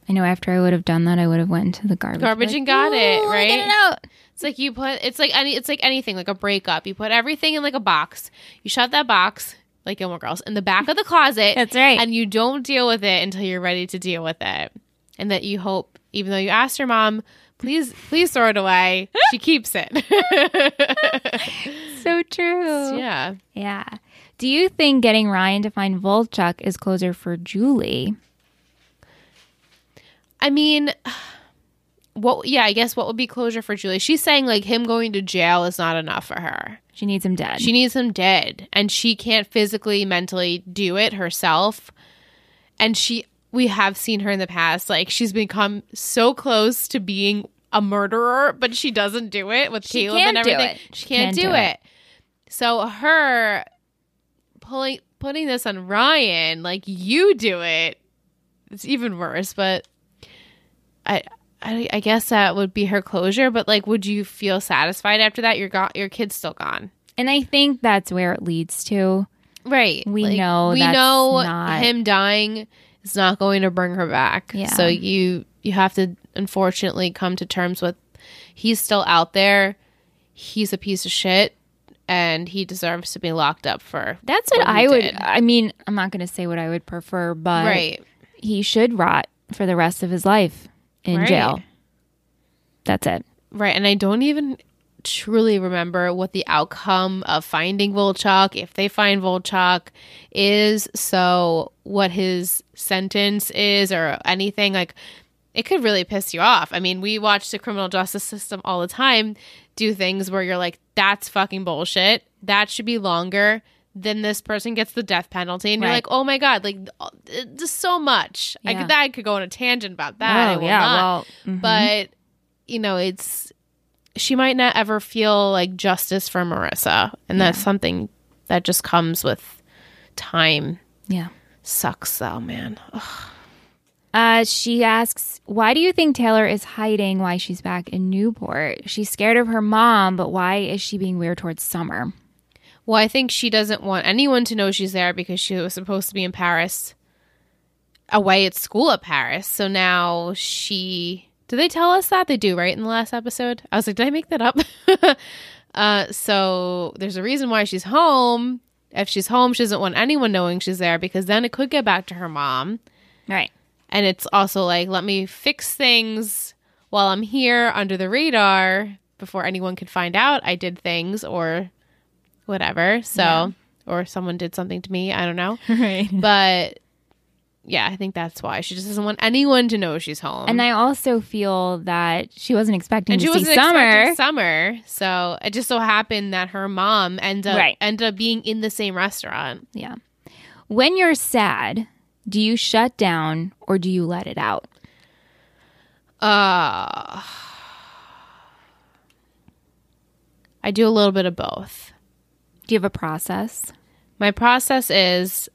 I know after I would have done that, I would have went into the garbage. garbage and got it "Ooh, I right. got it out." It's like you put it's like any it's like anything like a breakup. You put everything in like a box. You shove that box like Gilmore Girls in the back of the closet. That's right. And you don't deal with it until you're ready to deal with it. And that you hope, even though you asked your mom, please please throw it away, she keeps it. So true. yeah. Yeah. Do you think getting Ryan to find Volchuk is closer for Julie? I mean, what? Yeah, I guess what would be closure for Julie? She's saying like him going to jail is not enough for her. She needs him dead. She needs him dead, and she can't physically, mentally do it herself. And she, we have seen her in the past, like she's become so close to being a murderer, but she doesn't do it with She Caleb can't and do everything. it. She can't, do, it. So her pulling putting this on Ryan, like you do it, it's even worse. But I. I, I guess that would be her closure, but like, would you feel satisfied after that? Your go- your kid's still gone. and I think that's where it leads to. Right. We know we that's know not- him dying is not going to bring her back. Yeah. So you you have to unfortunately come to terms with he's still out there. He's a piece of shit and he deserves to be locked up for That's what, What he I would. did. I mean, I'm not going to say what I would prefer, but right. he should rot for the rest of his life in Right. jail. That's it. Right. And I don't even truly remember what the outcome of finding Volchok, if they find Volchok, is. So, what his sentence is or anything. Like, it could really piss you off. I mean, we watch the criminal justice system all the time do things where you're like, that's fucking bullshit. That should be longer. Then this person gets the death penalty, and you're Right. like, "Oh my god!" Like, uh, just so much. I Yeah. Oh, could, I could go on a tangent about that. I will not Well, mhm. but you know it's she might not ever feel like justice for marissa and that's something that just comes with time yeah. sucks though man Ugh. Uh, she asks, "Why do you think Taylor is hiding? Why she's back in Newport? She's scared of her mom, but why is she being weird towards Summer? well i think she doesn't want anyone to know she's there because she was supposed to be in paris away at school at paris so now she do they tell us that they do right in the last episode i was like did i make that up uh so there's a reason why she's home if she's home she doesn't want anyone knowing she's there because then it could get back to her mom Right? And it's also like, let me fix things while I'm here under the radar before anyone could find out I did things or whatever. So, or someone did something to me. I don't know. Right." but yeah, I think that's why she just doesn't want anyone to know she's home. And I also feel that she wasn't expecting and to she see wasn't Summer. expecting summer, so it just so happened that her mom ended up Right. ended up being in the same restaurant. yeah. When you're sad, do you shut down or do you let it out? Uh, I do a little bit of both. Do you have a process? My process is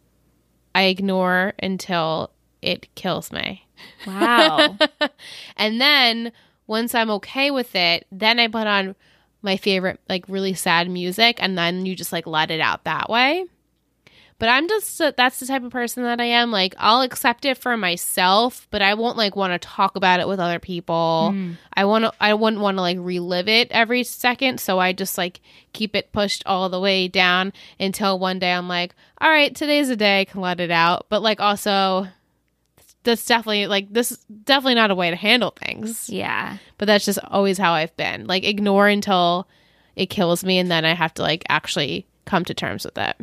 I ignore until it kills me. Wow. And then once I'm okay with it, then I put on my favorite, like really sad music, and then you just like let it out that way. But I'm just, that's the type of person that I am. Like, I'll accept it for myself, but I won't like want to talk about it with other people. I want to, I wouldn't want to like relive it every second. So I just like keep it pushed all the way down until one day I'm like, all right, today's the day I can let it out. But like, also, that's definitely like this is definitely not a way to handle things yeah. but that's just always how i've been like ignore until it kills me and then i have to like actually come to terms with it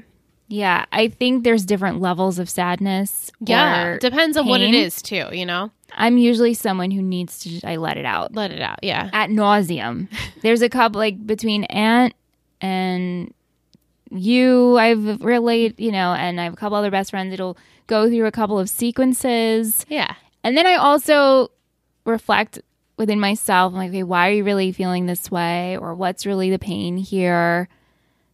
Yeah, I think there's different levels of sadness. Yeah. or Depends on what it pain. is, too, you know? I'm usually someone who needs to just, I let it out Let it out. Yeah. at nauseum. There's a couple like between Aunt and you. I've relate, you know, and I have a couple other best friends. It'll go through a couple of sequences, Yeah. and then I also reflect within myself. I'm like, okay, why are you really feeling this way, or what's really the pain here?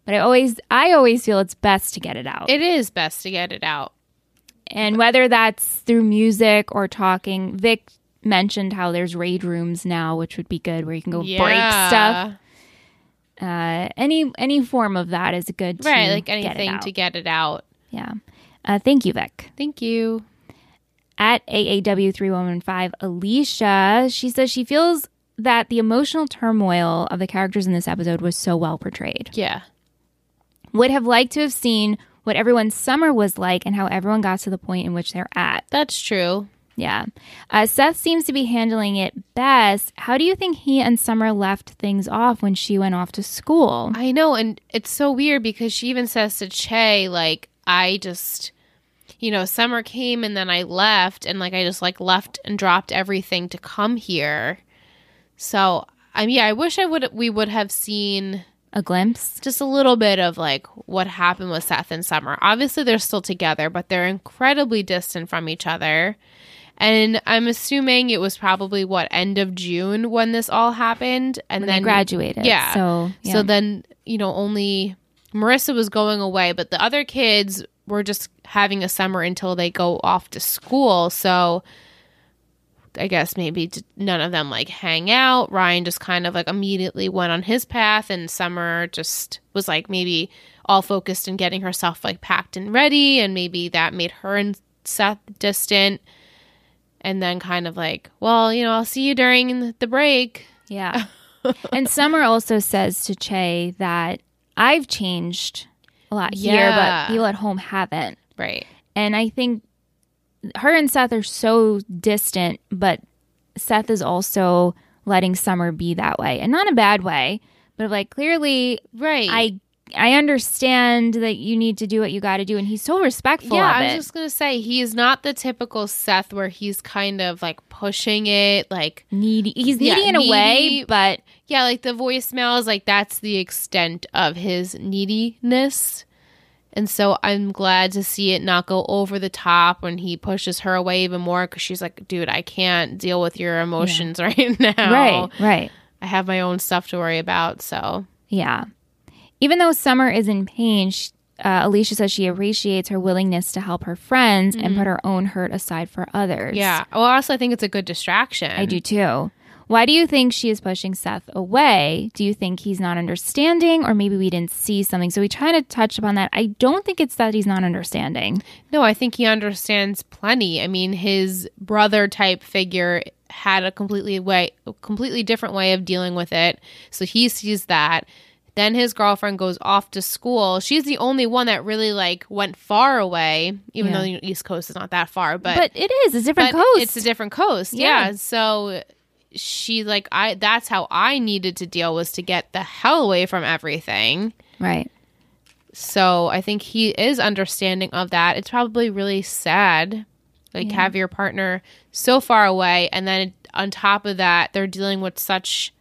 But I always, I always feel it's best to get it out. It is best to get it out. And whether that's through music or talking, Vic mentioned how there's raid rooms now, which would be good where you can go break stuff. Uh, any any form of that is good. To Right. Like get it anything out. to get it out. yeah. Uh, thank you, Vic. Thank you. At AAW3115, Alicia, she says she feels that the emotional turmoil of the characters in this episode was so well portrayed. Yeah. Would have liked to have seen what everyone's summer was like and how everyone got to the point in which they're at. That's true. Yeah. Uh, Seth seems to be handling it best. How do you think he and Summer left things off when she went off to school? I know, and it's so weird because she even says to Che, like, I just you know, summer came and then I left and like I just like left and dropped everything to come here. So I mean, yeah, I wish I would we would have seen A glimpse? just a little bit of like what happened with Seth and Summer. Obviously they're still together, but they're incredibly distant from each other. And I'm assuming it was probably what end of June when this all happened and When then they graduated. yeah. So, so yeah. then, you know, only Marissa was going away, but the other kids were just having a summer until they go off to school. So I guess maybe d- none of them like hang out. Ryan just kind of like immediately went on his path, and Summer just was like maybe all focused in getting herself like packed and ready, and maybe that made her and Seth distant. And then kind of like, well, you know, I'll see you during the break. yeah. and Summer also says to Che that I've changed a lot here, Yeah. but people at home haven't. Right. And I think her and Seth are so distant, but Seth is also letting Summer be that way. And not in a bad way, but like clearly Right. I I understand that you need to do what you got to do, and he's so respectful Yeah, of I was it. just gonna say he is not the typical Seth where he's kind of like pushing it, like needy, he's Yeah, needy in a needy. way, but yeah, like the voicemails, like that's the extent of his neediness. And so I'm glad to see it not go over the top when he pushes her away even more because she's like, dude, I can't deal with your emotions right now. right, right, I have my own stuff to worry about. So yeah. Even though Summer is in pain, she, uh, Alicia says she appreciates her willingness to help her friends and put her own hurt aside for others. Mm-hmm. yeah. Well, also I think it's a good distraction. I do too. Why do you think she is pushing Seth away? Do you think he's not understanding, or maybe we didn't see something? So we kind of touched upon that. I don't think it's that he's not understanding. No, I think he understands plenty. I mean, his brother type figure had a completely way a completely different way of dealing with it. So he sees that. Then his girlfriend goes off to school. She's the only one that really like went far away, even Yeah. though the East Coast is not that far, but, But, it is it's a different but coast. It's a different coast. Yeah. Yeah. So she like I that's how I needed to deal was to get the hell away from everything. right. So I think he is understanding of that. It's probably really sad, like have your partner so far away, and then on top of that, they're dealing with such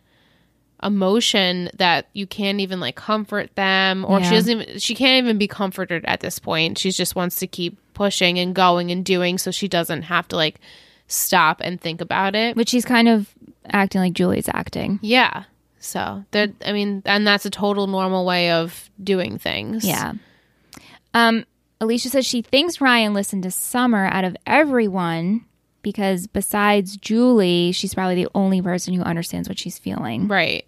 emotion that you can't even like comfort them, or Yeah. she doesn't. Even, she can't even be comforted at this point. She just wants to keep pushing and going and doing, so she doesn't have to like stop and think about it. But she's kind of acting like Julie's acting. Yeah. So that I mean, and that's a total normal way of doing things. Yeah. Um, Alicia says she thinks Ryan listened to Summer out of everyone because besides Julie, she's probably the only person who understands what she's feeling. Right.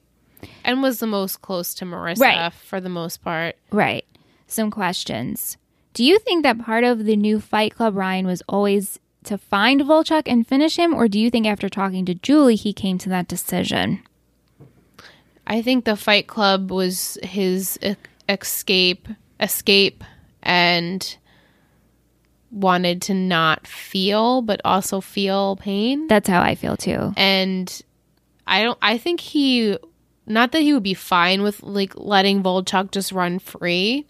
And was the most close to Marissa Right. for the most part. Right. Some questions. Do you think that part of the new Fight Club Ryan was always to find Volchuk and finish him, or do you think after talking to Julie he came to that decision? I think the Fight Club was his e- escape, escape, and wanted to not feel, but also feel pain. That's how I feel too. And I don't. I think he, not that he would be fine with like letting Volchuk just run free.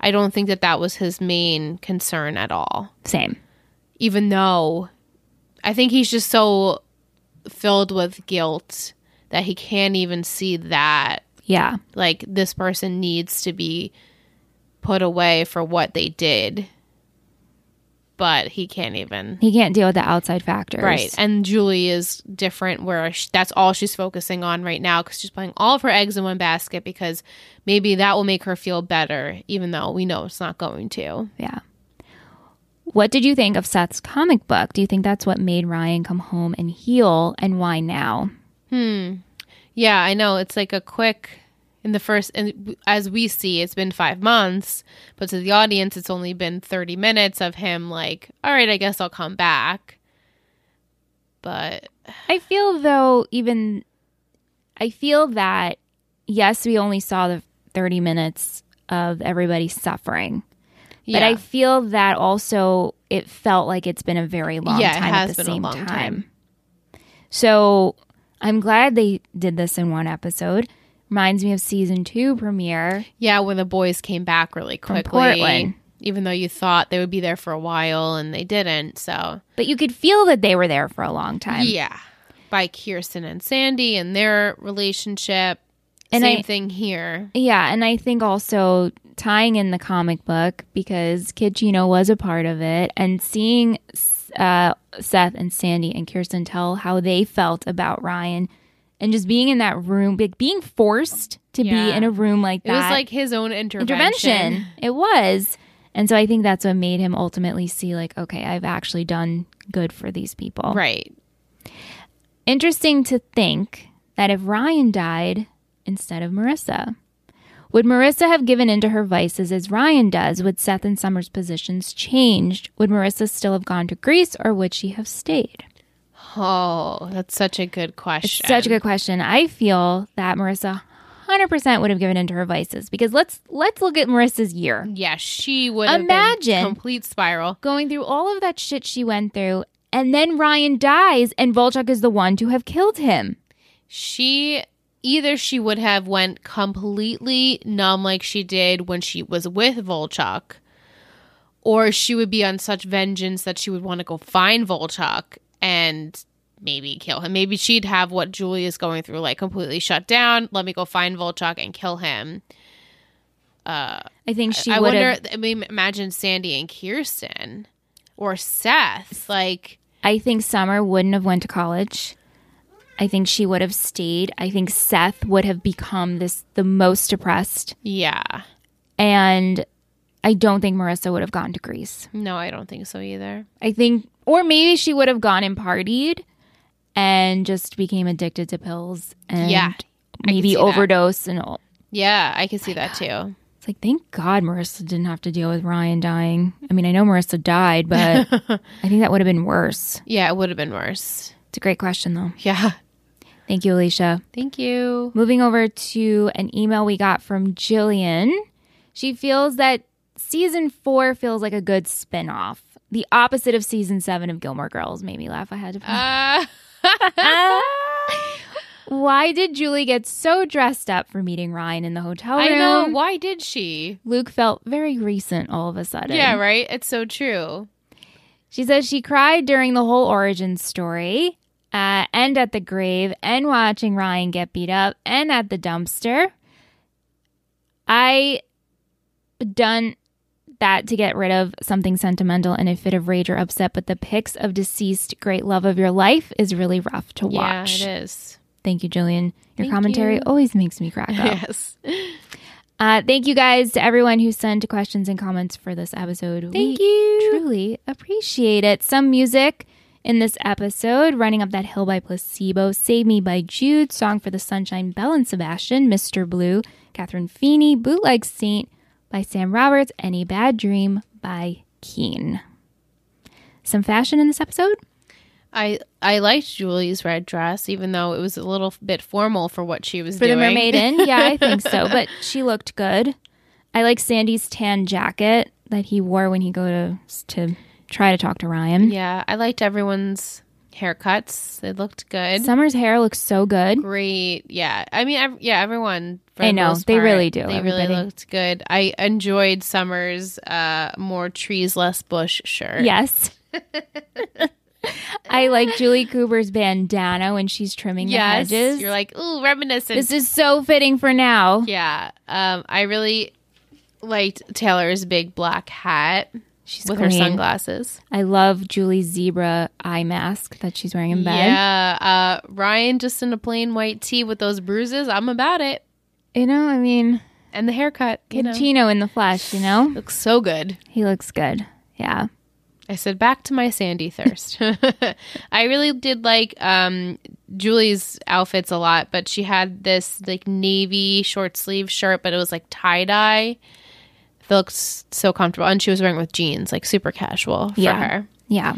I don't think that that was his main concern at all. Same. Even though I think he's just so filled with guilt that he can't even see that Yeah. like this person needs to be put away for what they did. But he can't even He can't deal with the outside factors. Right. And Julie is different, where sh that's all she's focusing on right now because she's putting all of her eggs in one basket because maybe that will make her feel better, even though we know it's not going to. Yeah. What did you think of Seth's comic book? Do you think that's what made Ryan come home and heal and why now? Yeah, I know. It's like a quick, in the first, and as we see, it's been five months, but to the audience, it's only been 30 minutes of him, like, all right, I guess I'll come back. But I feel though even I feel that yes, we only saw the 30 minutes of everybody suffering. yeah, But I feel that also it felt like it's been a very long Yeah, it time has at the been a same long time. time. So I'm glad they did this in one episode. Reminds me of season two premiere. yeah, when the boys came back really Portland. quickly. Even though you thought they would be there for a while and they didn't. So, But you could feel that they were there for a long time. Yeah. By Kirsten and Sandy and their relationship. And Same I- thing here. Yeah, and I think also tying in the comic book because Kitchino was a part of it, and seeing uh, Seth and Sandy and Kirsten tell how they felt about Ryan, and just being in that room, like being forced to be Yeah. in a room like It that, was like his own intervention. intervention. It was, and so I think that's what made him ultimately see, like, okay, I've actually done good for these people. Right. Interesting to think that if Ryan died instead of Marissa, would Marissa have given in to her vices as Ryan does? Would Seth and Summer's positions changed? Would Marissa still have gone to Greece or would she have stayed? Oh, that's such a good question. Such a good question. I feel that Marissa 100% would have given in to her vices because let's let's look at Marissa's year. yeah, she would Imagine- have been complete spiral. Going through all of that shit she went through and then Ryan dies and Volchuk is the one to have killed him. She either she would have went completely numb like she did when she was with Volchuk, or she would be on such vengeance that she would want to go find Volchuk and maybe kill him. Maybe she'd have what Julie is going through, like completely shut down. Let me go find Volchuk and kill him. I think she I would wonder. have I mean, imagine Sandy and Kirsten or Seth. Like, I think Summer wouldn't have went to college. I think she would have stayed. I think Seth would have become this the most depressed yeah, and I don't think Marissa would have gone to Greece. no, I don't think so either. I think or maybe she would have gone and partied and just became addicted to pills and Yeah, I see maybe that. overdose and all. Yeah, I can see that too. It's like thank God Marissa didn't have to deal with Ryan dying. I mean, I know Marissa died, but I think that would have been worse. Yeah, it would have been worse. It's a great question though. Yeah. Thank you, Alicia. Thank you. Moving over to an email we got from Jillian. She feels that season four feels like a good spin off. The opposite of season seven of Gilmore Girls made me laugh. I had to. Uh, Why did Julie get so dressed up for meeting Ryan in the hotel room? I know. Why did she? Luke felt very recent all of a sudden. Yeah, right? It's so true. She says she cried during the whole origin story uh, and at the grave and watching Ryan get beat up and at the dumpster. I done that to get rid of something sentimental in a fit of rage or upset, but the pics of deceased great love of your life is really rough to watch. Yeah, it is. Thank you, Jillian. Your commentary you. always makes me crack up. Yes. Uh, thank you guys to everyone who sent questions and comments for this episode. Thank you. Truly appreciate it. Some music in this episode Running Up That Hill by Placebo, Save Me by Jude, Song for the Sunshine, Bell and Sebastian, Mr. Blue, Catherine Feeney, Bootleg Saint by Sam Roberts, Any Bad Dream by Keen. Some fashion in this episode? I I liked Julie's red dress, even though it was a little bit formal for what she was For the doing. mermaid in? Yeah, I think so. But she looked good. I like Sandy's tan jacket that he wore when he go to to try to talk to Ryan. Yeah, I liked everyone's haircuts. They looked good. Summer's hair looks so good. Great. Yeah. I mean, ev- yeah, everyone. for I the know. most They really do, They everybody. really looked good. I enjoyed Summer's uh, more trees, less bush shirt. Yes. I like Julie Cooper's bandana when she's trimming Yes. the hedges. You're like, ooh, reminiscent. this is so fitting for now. yeah. Um, I really liked Taylor's big black hat She's with her green. sunglasses. I love Julie's zebra eye mask that she's wearing in bed. Yeah. Uh, Ryan just in a plain white tee with those bruises. I'm about it. You know, I mean, And the haircut. You know, Pacino in the flesh, you know? looks so good. He looks good. Yeah. I said back to my sandy thirst. I really did like um, Julie's outfits a lot, but she had this like navy short sleeve shirt, but it was like tie dye. It looked s- so comfortable, and she was wearing it with jeans, like super casual for Yeah. her. Yeah.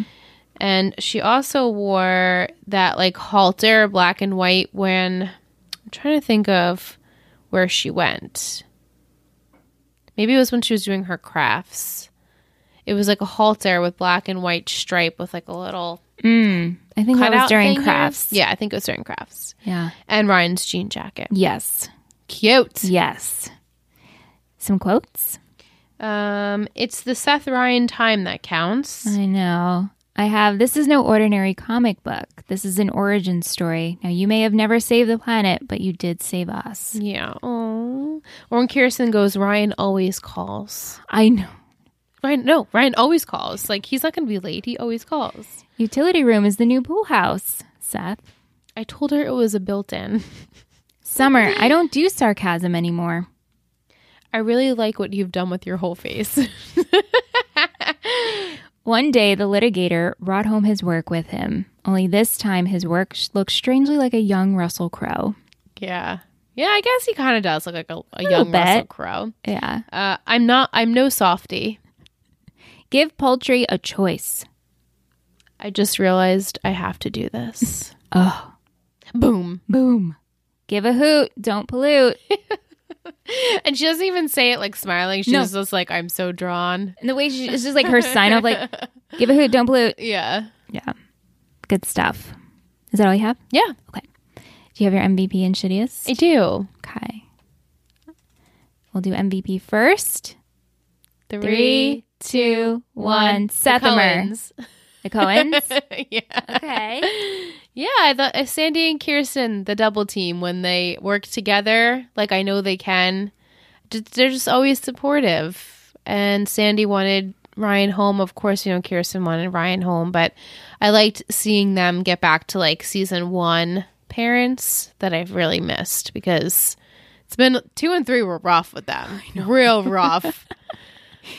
And she also wore that like halter, black and white. When I'm trying to think of where she went, maybe it was when she was doing her crafts. It was like a halter with black and white stripe with like a little I think that cutout was during thing here. crafts. Yeah, I think it was during crafts. Yeah. And Ryan's jean jacket, Yes. cute. Yes. Some quotes? Um, it's the Seth Ryan time that counts. I know. I have this is no ordinary comic book. This is an origin story. Now you may have never saved the planet, but you did save us. Yeah. Aww. Or when Kirsten goes, Ryan always calls. I know. Ryan, no, Ryan always calls. Like he's not going to be late. He always calls. Utility room is the new pool house, Seth. I told her it was a built-in. Summer, I don't do sarcasm anymore. I really like what you've done with your whole face. One day, the litigator brought home his work with him, only this time his work sh- looked strangely like a young Russell Crowe. yeah. Yeah, I guess he kind of does look like a, a young bit. Russell Crowe. Yeah. Uh, I'm not. I'm no softy. Give poultry a choice. I just realized I have to do this. Oh, Boom. boom. Give a hoot. Don't pollute. And she doesn't even say it like smiling. She's No. just like, I'm so drawn. And the way she, it's just like her sign off, like, give a hoot, don't pollute. Yeah. Yeah. Good stuff. Is that all you have? Yeah. Do you have your MVP and shittiest? I do. Okay. We'll do MVP first. Three, Three, two, one. The Sethimer. Coens. The Coens. yeah. Okay. Yeah, I thought uh, Sandy and Kirsten, the double team, when they work together, like I know they can, j- they're just always supportive. And Sandy wanted Ryan home. Of course, you know, Kirsten wanted Ryan home, but I liked seeing them get back to like season one parents that I've really missed because it's been two and three were rough with them. Real rough.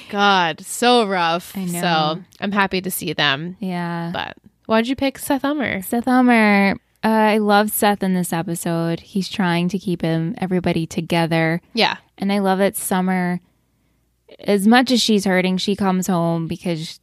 God, so rough. I know. So I'm happy to see them. Yeah. But why'd you pick Seth Ummer? Seth Elmer. Uh, I love Seth in this episode. He's trying to keep him everybody together, Yeah. and I love that Summer. As much as she's hurting, she comes home because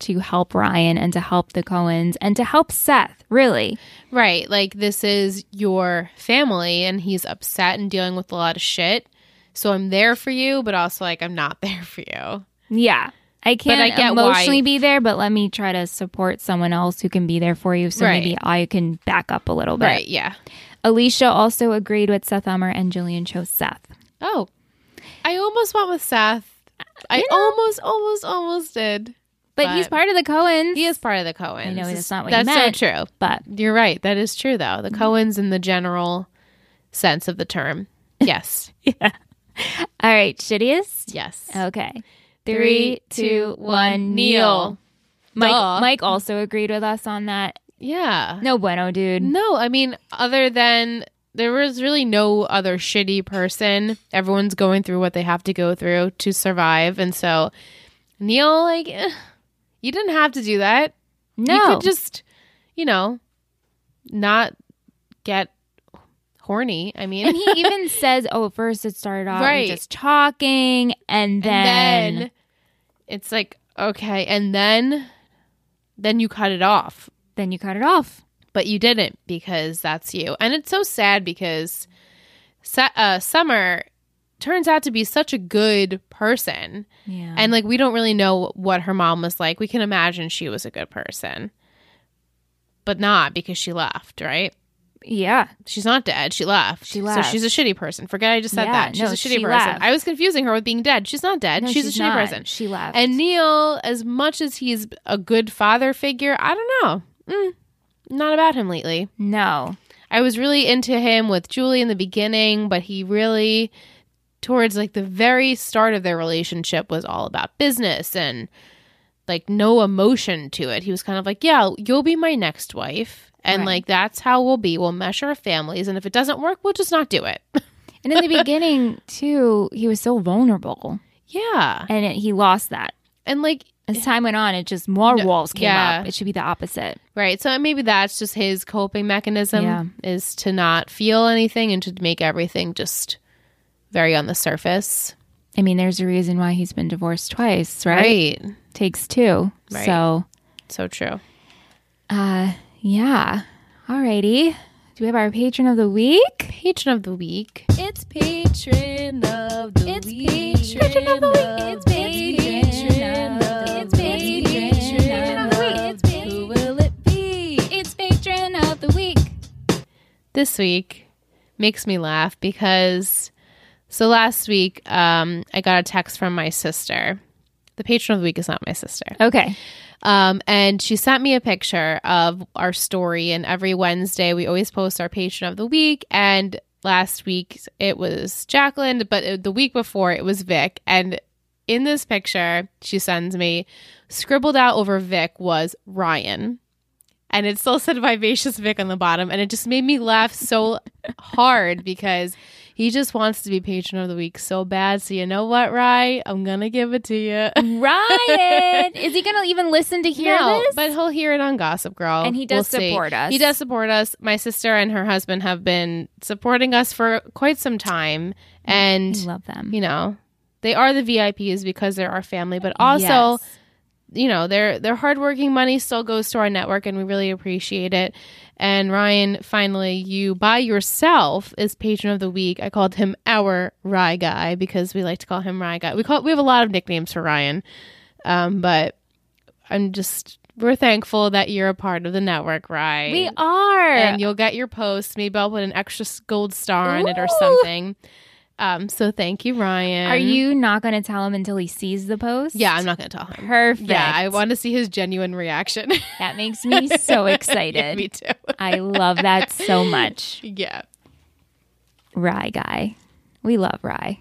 to help Ryan and to help the Cohens and to help Seth. Really, Right. Like, this is your family, and he's upset and dealing with a lot of shit. So I'm there for you, but also, like, I'm not there for you. yeah. I can't I get why- emotionally be there, but let me try to support someone else who can be there for you. So Right. maybe I can back up a little bit. Right. Yeah. Alicia also agreed with Seth Elmer and Jillian chose Seth. Oh, I almost went with Seth. Uh, I almost, almost, almost did. But, he's But- part of the Cohens. He is part of the Cohens. I know that's not what you That's meant. so true. But You're right. That is true, though. The Cohens in the general sense of the term. Yes. all right, shittiest. yes. Okay. Three, two, one, kneel. Mike Duh. Mike also agreed with us on that. Yeah. No bueno, dude. No, I mean, other than there was really no other shitty person. Everyone's going through what they have to go through to survive. And so, Neil, like, eh, you didn't have to do that. You No. could just, you know, not get horny. I mean, and he even says, "Oh, at first it started off Right. right. just talking and then, and then it's like, okay. And then, then you cut it off. then you cut it off." but you didn't because that's you. And it's so sad because Sa- uh, Summer turns out to be such a good person. Yeah. And like, we don't really know what her mom was like. We can imagine she was a good person. but not because she left, right? Yeah. She's not dead. She left. She So left. she's a shitty person. Forget I just said Yeah, that. She's no, a shitty she person. left. I was confusing her with being dead. She's not dead. No, she's, she's a shitty not. person. She left. And Neil, as much as he's a good father figure, I don't know. Mm, not about him lately. No. I was really into him with Julie in the beginning, but he really towards like the very start of their relationship was all about business and like no emotion to it. He was kind of like, "Yeah, you'll be my next wife." And Right. like that's how we'll be. We'll mesh our families and if it doesn't work, we'll just not do it. And in the beginning, too, he was so vulnerable yeah. and it, he lost that. And like As time went on, it just more walls came yeah. up. It should be the opposite. right, so maybe that's just his coping mechanism Yeah. is to not feel anything and to make everything just very on the surface. I mean, there's a reason why he's been divorced twice, right? right. Takes two. Right. So, So true. uh, yeah. Alrighty. Do we have our patron of the week? Patron of the week. It's patron of the it's week. It's patron of the week. It's patron of the week. It's patron of the week. It's patron of the week. Who will it be? It's patron of the week. this week makes me laugh because so last week um, I got a text from my sister. The patron of the week is not my sister. Okay. Um, and she sent me a picture of our story. And every Wednesday, we always post our patron of the week. And last week, it was Jacqueline, but uh, the week before, it was Vic. And in this picture, she sends me scribbled out over Vic was Ryan. And it still said Vivacious Vic on the bottom. And it just made me laugh so hard because he just wants to be patron of the week so bad. So, you know what, Rye? I'm going to give it to you. Ryan, is he going to even listen to hear No, this? but he'll hear it on Gossip Girl, And he does We'll see. support us. He does support us. My sister and her husband have been supporting us for quite some time, and Mm, I love them. you know they are the VIPs because they're our family, but Yes. also you know their their hardworking money still goes to our network, and we really appreciate it. And Ryan, finally, you by yourself is patron of the week. I called him our Rye guy because we like to call him Rye guy. We call we have a lot of nicknames for Ryan, um, but. I'm just we're thankful that you're a part of the network, right? we are. and you'll get your post. Maybe I'll put an extra s- gold star on it or something. Um, so thank you, Ryan. Are you not going to tell him until he sees the post? Yeah, I'm not gonna tell him. Perfect. Yeah, I want to see his genuine reaction. That makes me so Yeah, excited. me too. I love that so much. Yeah, Rye guy. We love Rye.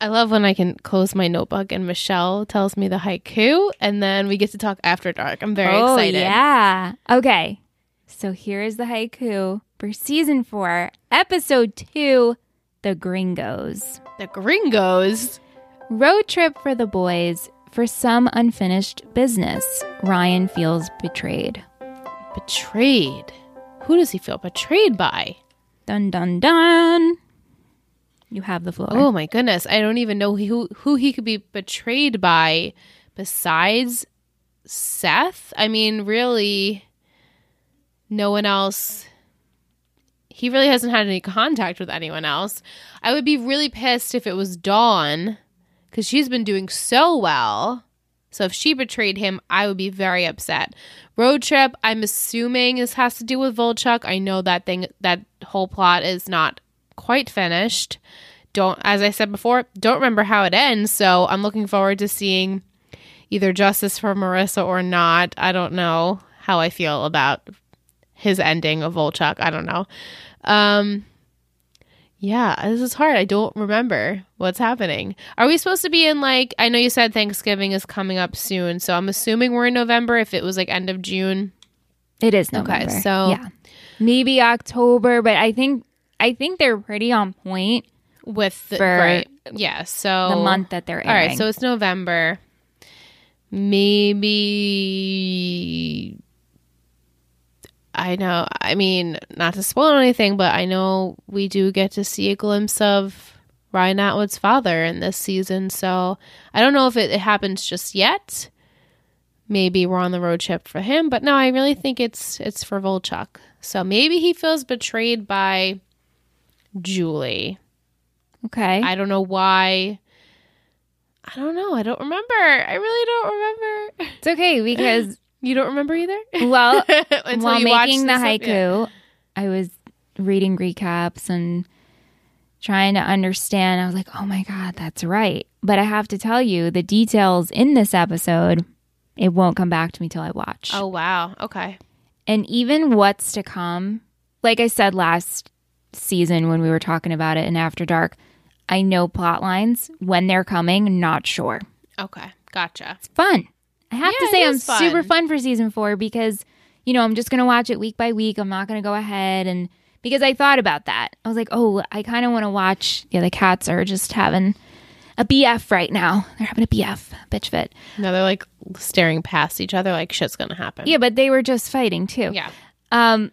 I love when I can close my notebook and Michelle tells me the haiku, and then we get to talk after dark. I'm very oh, excited. yeah. Okay. So here is the haiku for season four, episode two The Gringos. The Gringos. Road trip for the boys for some unfinished business. Ryan feels betrayed. Betrayed. Who does he feel betrayed by? Dun, dun, dun. You have the floor. Oh my goodness. I don't even know who who he could be betrayed by besides Seth. I mean, really no one else. He really hasn't had any contact with anyone else. I would be really pissed if it was Dawn cuz she's been doing so well. So if she betrayed him, I would be very upset. Road trip, I'm assuming this has to do with Volchuk. I know that thing that whole plot is not quite finished. Don't as I said before, don't remember how it ends, so I'm looking forward to seeing either justice for Marissa or not. I don't know how I feel about his ending of Volchuk. I don't know. Um yeah, this is hard. I don't remember what's happening. Are we supposed to be in like I know you said Thanksgiving is coming up soon, so I'm assuming we're in November if it was like end of June. It is November. so- yeah, maybe October, but I think I think they're pretty on point With the, For right. Yeah, so the month that they're All airing. right, so it's November. Maybe I know. I mean, not to spoil anything, but I know we do get to see a glimpse of Ryan Atwood's father in this season. So I don't know if it, it happens just yet. Maybe we're on the road trip for him, but no, I really think it's it's for Volchuk. So maybe he feels betrayed by Julie. okay, I don't know why. I don't know. I don't remember. I really don't remember. it's okay because You don't remember either? Well, Until while you watched making the this up- yeah. haiku, I was reading recaps and trying to understand. I was like, oh my God, that's right. But I have to tell you, the details in this episode, it won't come back to me till I watch. Oh wow. Okay. And even what's to come, like I said last season when we were talking about it in After Dark, I know plot lines when they're coming, not sure. Okay. Gotcha. It's fun. I have Yeah, to it say, I'm is fun. super fun for season four because, you know, I'm just going to watch it week by week. I'm not going to go ahead. And because I thought about that, I was like, oh, I kind of want to watch. Yeah, the cats are just having a BF right now. They're having a BF, bitch fit. Now they're like staring past each other, like shit's gonna happen. Yeah, but they were just fighting too. Yeah. Um,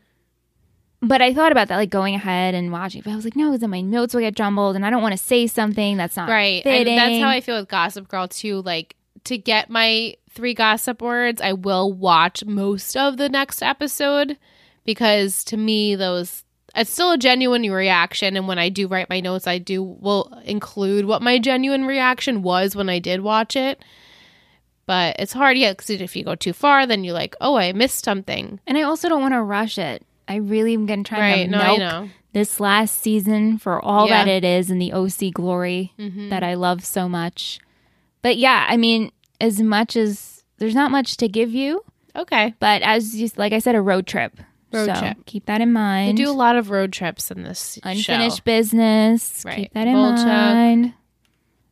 but I thought about that, like going ahead and watching. But I was like, no, then my notes will get jumbled, and I don't want to say something that's not Right. And Fitting. that's how I feel with Gossip Girl too. Like to get my three gossip words, I will watch most of the next episode because to me those it's still a genuine reaction and when I do write my notes I do will include what my genuine reaction was when I did watch it. But it's hard yeah, 'cause if you go too far then you're like, "Oh, I missed something." And I also don't want to rush it. I really am going to try Right. to No, milk I know. this last season for all Yeah. Mm-hmm. that it is and the OC glory that I love so much. But yeah, I mean, as much as there's not much to give you, Okay. but as you, like I said, a road trip. Road so trip. keep that in mind. They do a lot of road trips in this Unfinished show. business. Right. Keep that in Volchuk, mind.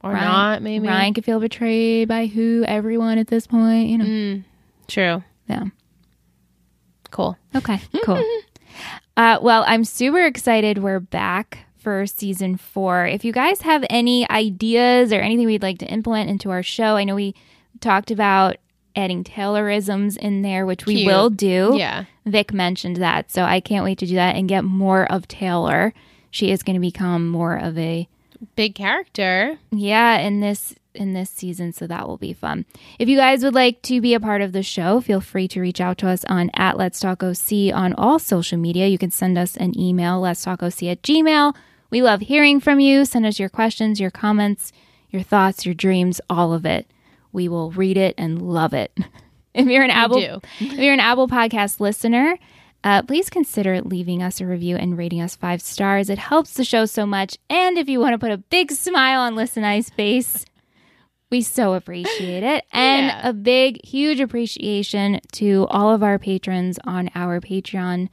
or Ryan- not maybe. Ryan could feel betrayed by who, everyone at this point. You know, Mm. True. yeah. Cool. Okay, cool. uh, well, I'm super excited. We're back for season four. If you guys have any ideas or anything we'd like to implement into our show, I know we talked about adding Taylorisms in there, which we Cute. will do. Yeah. Vic mentioned that, so I can't wait to do that and get more of Taylor. She is going to become more of a big character. Yeah, in this in this season, so that will be fun. If you guys would like to be a part of the show, feel free to reach out to us on at Let's Talk OC on all social media. You can send us an email, Let's Talk OC at Gmail. We love hearing from you. Send us your questions, your comments, your thoughts, your dreams, all of it. We will read it and love it. If you're an Apple, do. if you're an Apple Podcast listener, uh, please consider leaving us a review and rating us five stars. It helps the show so much. And if you want to put a big smile on Listen Eye's face, we so appreciate it. And Yeah. a big, huge appreciation to all of our patrons on our Patreon,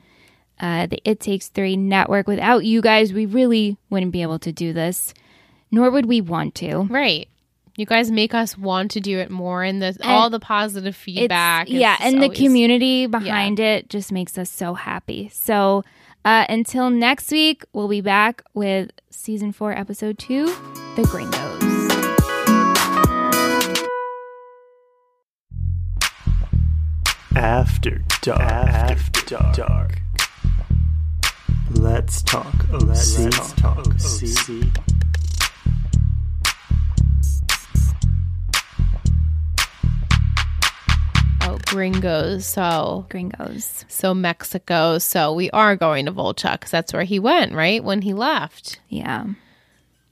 uh, the It Takes Three Network. Without you guys, we really wouldn't be able to do this, nor would we want to. Right. You guys make us want to do it more and the all the positive feedback. It's, yeah, is and the always- community behind it just makes us so happy. So uh, until next week, we'll be back with season four, episode two, The Gringos. After dark. After dark. Let's talk OC. Let's talk OC. Oh, gringos. So Gringos. so Mexico. So we are going to Volchuk 'cause that's where he went, right? When he left. Yeah.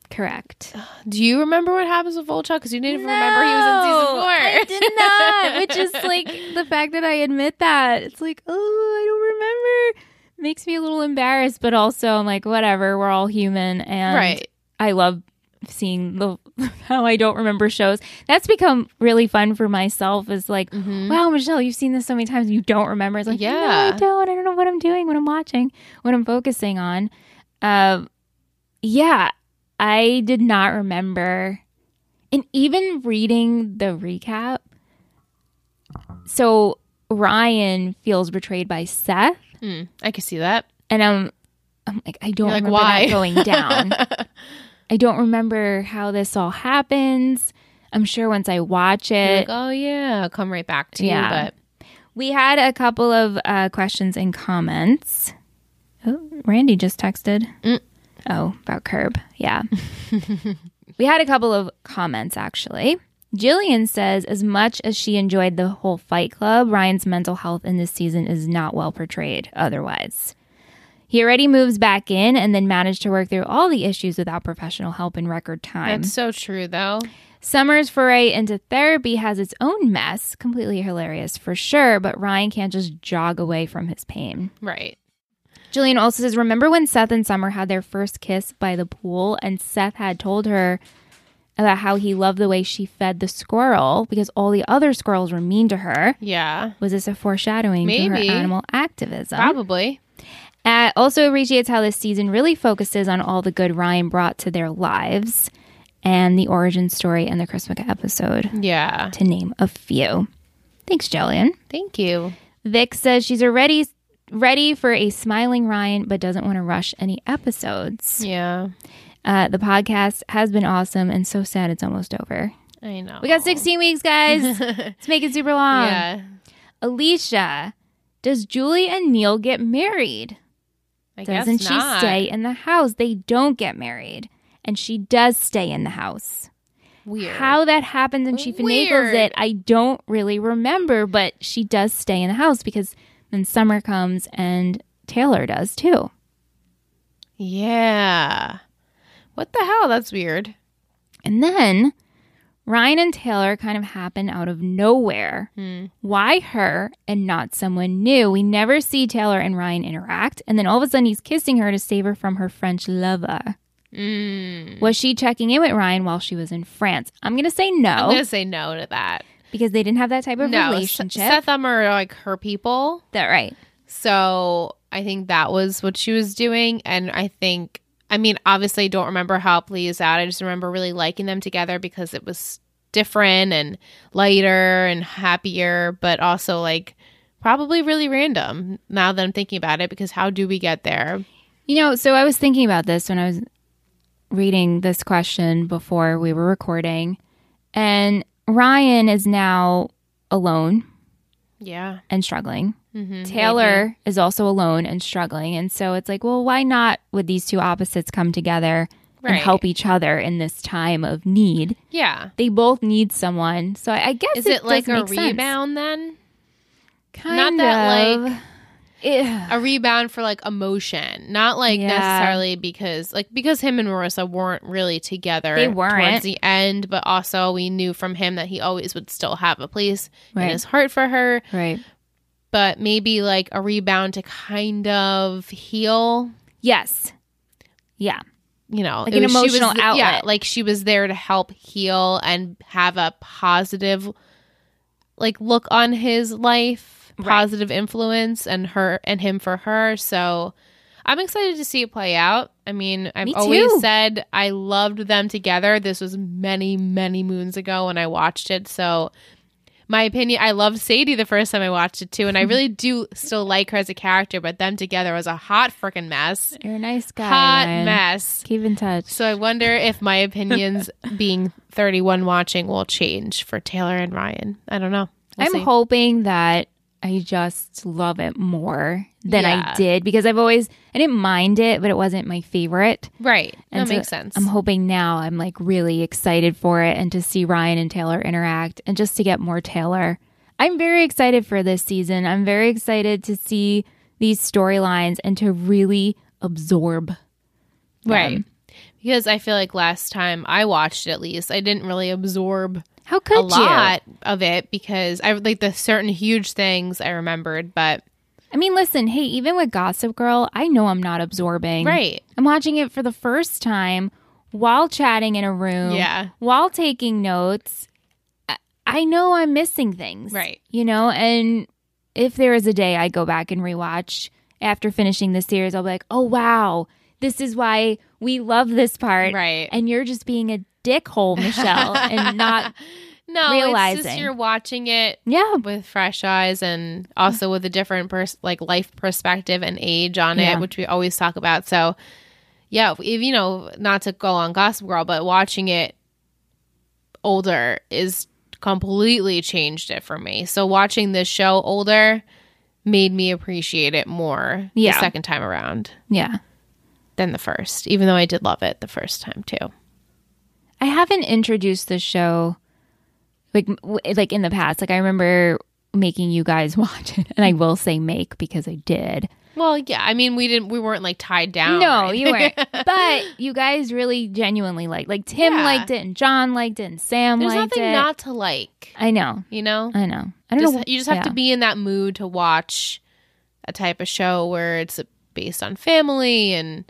Correct. Do you remember what happens with Volchuk? Because you didn't even remember he was in season four. did not, which is like the fact that I admit that. It's like, oh, I don't remember. Makes me a little embarrassed, but also I'm like, whatever, we're all human. And Right. I love seeing the how I don't remember shows. That's become really fun for myself. Is like, wow, Michelle, you've seen this so many times, and you don't remember. It's like, yeah, Yeah. I don't. I don't know what I'm doing, what I'm watching, what I'm focusing on. Um, yeah, I did not remember, and even reading the recap. So Ryan feels betrayed by Seth, Mm, I could see that. and I'm, I'm like, I don't You're like, remember why? that going down. I don't remember how this all happens. I'm sure once I watch You're it. like, oh yeah, I'll come right back to Yeah. you. We had a couple of uh, questions and comments. Oh, Randy just texted. Oh, about Curb. Yeah. we had a couple of comments actually. Jillian says, as much as she enjoyed the whole fight club, Ryan's mental health in this season is not well portrayed otherwise. He already moves back in and then managed to work through all the issues without professional help in record But time. that's so true though. Summer's foray into therapy has its own mess, completely hilarious for sure, but Ryan can't just jog away from his pain. Right. Jillian also says, Remember when Seth and Summer had their first kiss by the pool, and Seth had told her about how he loved the way she fed the squirrel because all the other squirrels were mean to her? Yeah. Was this a foreshadowing to Maybe. her animal activism? Probably. Uh, also appreciates how this season really focuses on all the good Ryan brought to their lives and the origin story and the Christmas episode, Yeah. to name a few. Thanks, Jillian. Thank you. Vic says she's already ready for a smiling Ryan, but doesn't want to rush any episodes. Yeah. Uh, the podcast has been awesome and so sad it's almost over. I know. We got um, 16 weeks, guys. Let's make it super long. Yeah. Alicia, does Julie and Neil get married? I Doesn't guess she not. stay in the house? They don't get married. And she does stay in the house. Weird. How that happens and she finagles Weird. it, I don't really remember, but she does stay in the house because then summer comes and Taylor does too. Yeah. What the hell? That's weird. And then Ryan and Taylor kind of happen out of nowhere. Hmm. Why her and not someone new? We never see Taylor and Ryan interact. And then all of a sudden, he's kissing her to save her from her French lover. Hmm. Was she checking in with Ryan while she was in France? I'm going to say I'm no gonna say no to that. because they didn't have that type of No, relationship. S- Seth Ummer are like her people, that right. so I think that was what she was doing, and I think. I mean, obviously, I don't remember how Plea is out. I just remember really liking them together because it was different and lighter and happier, but also like probably really random now that I'm thinking about it because how do we get there? You know, so I was thinking about this when I was reading this question before we were recording. And Ryan is now alone. Yeah. and struggling. Mm-hmm. Taylor is also alone and struggling. And so it's like, well, why not would these two opposites come together and Right. help each other in this time of need? Yeah. They both need someone. So I I guess Is it, does like a make sense. rebound then? Kind Not that, of. like- Ugh. a rebound for like emotion, not like Yeah. necessarily because like because him and Marissa weren't really together. They weren't. towards the end, but also we knew from him that he always would still have a place Right. in his heart for her. Right. But maybe like a rebound to kind of heal. Yes. Yeah. You know, Like it an was- she was- emotional Yeah, outlet. like she was there to help heal and have a positive, like look on his life, positive influence, and her and him for her. So I'm excited to see it play out. I mean, I've Me always too. said I loved them together. This was many, many moons ago when I watched it. So my opinion, I loved Sadie the first time I watched it too, and I really do still like her as a character. But them together was a hot freaking mess. You're a nice guy. Hot Ryan. mess. Keep in touch. So I wonder if my opinions being 31 watching will change for Taylor and Ryan. I don't know. We'll I'm see. hoping that I just love it more than Yeah. I did because I've always, I didn't mind it, but it wasn't my favorite. right. That so makes sense. I'm hoping now I'm like really excited for it and to see Ryan and Taylor interact and just to get more Taylor. I'm very excited for this season. I'm very excited to see these storylines and to really absorb. um, right. Because I feel like last time I watched it, at least, I didn't really absorb How could a you? lot of it because I like the certain huge things I remembered, but I mean, listen, hey, even with Gossip Girl, I know I'm not absorbing. Right. I'm watching it for the first time while chatting in a room. Yeah. While taking notes. I- I know I'm missing things. Right. You know, and if there is a day I go back and rewatch after finishing the series, I'll be like, oh, wow, this is why we love this part. Right. And you're just being a dickhole, Michelle, and not, no, it's just Realizing. you're watching it yeah, with fresh eyes and also with a different pers- like life perspective and age on Yeah. it, which we always talk about. So, yeah, if, if you know, not to go on Gossip Girl, but watching it older is completely changed it for me. So watching this show older made me appreciate it more Yeah. the second time around yeah. than the first, even though I did love it the first time too. I haven't introduced the show like w- like in the past. Like I remember making you guys watch it, and I will say make because I did. Well, yeah. I mean, we didn't. We weren't like tied down. No, or you weren't. anything. But you guys really genuinely liked. Like Tim Yeah. liked it, and John liked it, and Sam there's liked nothing it. not to like. I know. You know, I know. I don't Just- know. you just have yeah. to be in that mood to watch a type of show where it's based on family and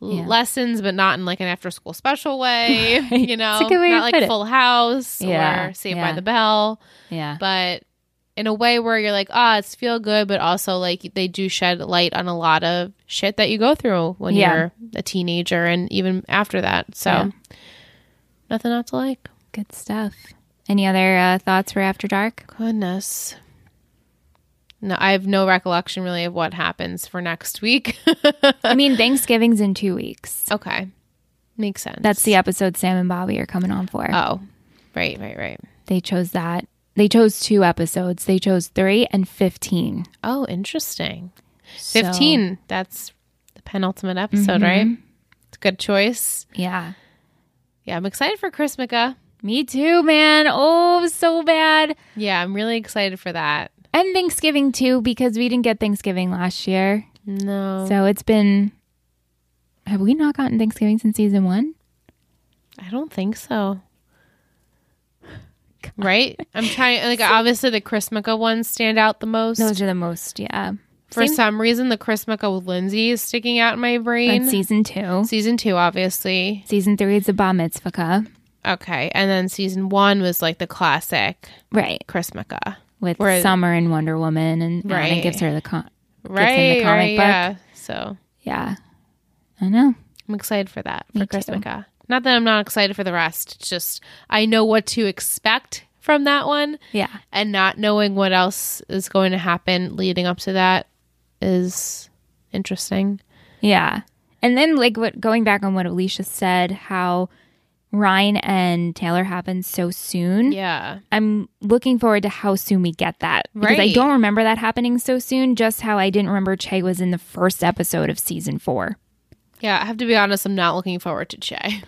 l- Yeah. lessons, but not in like an after-school special way. Right. You know, It's a good way not to like put it. Full House Yeah, or Saved yeah. by the Bell, Yeah. but in a way where you're like, ah, it's feel good, but also like they do shed light on a lot of shit that you go through when Yeah. you're a teenager and even after that. So Yeah. nothing not to like. Good stuff. Any other uh, thoughts for After Dark? Goodness. No, I have no recollection really of what happens for next week. I mean, Thanksgiving's in two weeks. okay. Makes sense. That's the episode Sam and Bobby are coming on for. Oh. Right, right, right. They chose that. They chose two episodes. They chose three and 15. Oh, interesting. So- Mm-hmm. 15. That's the penultimate episode, right? It's a good choice. yeah. Yeah, I'm excited for Chris Mika. Me too, man. Oh, so bad. Yeah, I'm really excited for that. And Thanksgiving too, because we didn't get Thanksgiving last year. No. So it's been. Have we not gotten Thanksgiving since season one? I don't think so. Right? I'm trying like obviously the Chris Mika ones stand out the most. Those are the most, yeah. For Same- some reason, the Chris Mika with Lindsay is sticking out in my brain. That's season two. Season two, obviously. Season three is the bar mitzvah. Okay. And then season one was like the classic Right. Chris Mika. With Where- Summer and Wonder Woman and Anna Right. gives her the con. Right. comic right, book. Yeah. So Yeah. I know. I'm excited for that, Me for Chris too. Mika. Not that I'm not excited for the rest. It's just I know what to expect from that one. Yeah. And not knowing what else is going to happen leading up to that is interesting. Yeah. And then like what going back on what Alicia said, how Ryan and Taylor happen so soon. Yeah. I'm looking forward to how soon we get that. Because I Right. don't remember that happening so soon, just how I didn't remember Che was in the first episode of season four. Yeah. I have to be honest, I'm not looking forward to Che.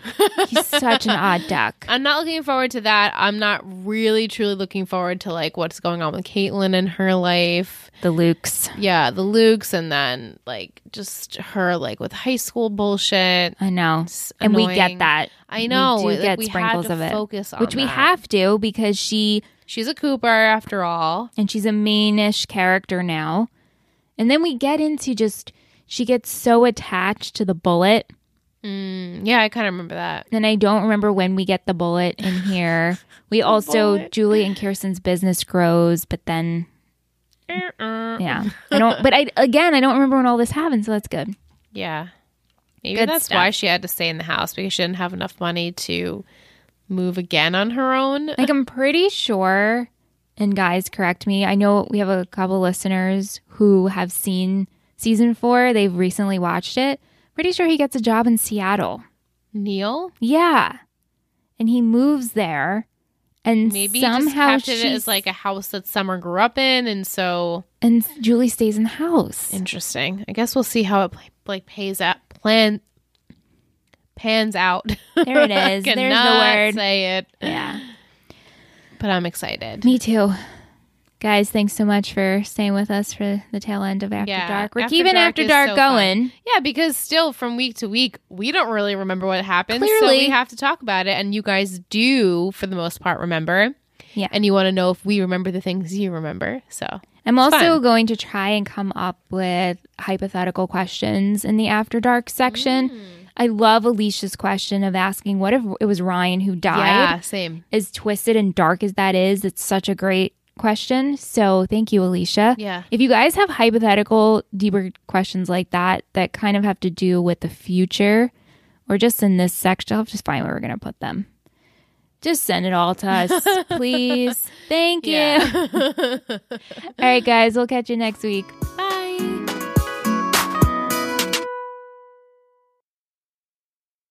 He's such an odd duck. I'm not looking forward to that. I'm not really truly looking forward to like what's going on with Caitlyn and her life. The Lukes. Yeah, the Lukes and then like just her like with high school bullshit. I know. It's And we annoying. get that. I know. We do like, get we had sprinkles to of it. Focus on Which we that. have to because she She's a Cooper after all. and she's a mainish character now. And then we get into just she gets so attached to the bullet, Mm, yeah, I kind of remember that. and I don't remember when we get the bullet in here. We also Julie and Kirsten's business grows, but then Uh-uh. yeah, I don't. But I again, I don't remember when all this happened, so that's good. Yeah. Maybe Good that's stuff. why she had to stay in the house because she didn't have enough money to move again on her own. Like I'm pretty sure, and guys, correct me. I know we have a couple listeners who have seen season four. They've recently watched it. Pretty sure he gets a job in Seattle. Neil? Yeah. And he moves there and Maybe he just somehow captured she's it as like a house that Summer grew up in and so and Julie stays in the house. Interesting. I guess we'll see how it pl- like pays out plan pans out. There it is. I There's the cannot word. Say it. Yeah. But I'm excited. Me too. Guys, thanks so much for staying with us for the tail end of After Yeah. Dark. We're After keeping Dark After is Dark so fun. going. Yeah, because still from week to week, we don't really remember what happens. So Clearly. we have to talk about it. And you guys do, for the most part, remember. Yeah. And you want to know if we remember the things you remember. So I'm also fun. going to try and come up with hypothetical questions in the After Dark section. Mm. I love Alicia's question of asking what if it was Ryan who died? yeah, same. as twisted and dark as that is, it's such a great question. So thank you, Alicia. Yeah. If you guys have hypothetical deeper questions like that that kind of have to do with the future or just in this section, I'll just find where we're gonna put them. Just send it all to us, please. Thank you. all right, guys, we'll catch you next week. Bye.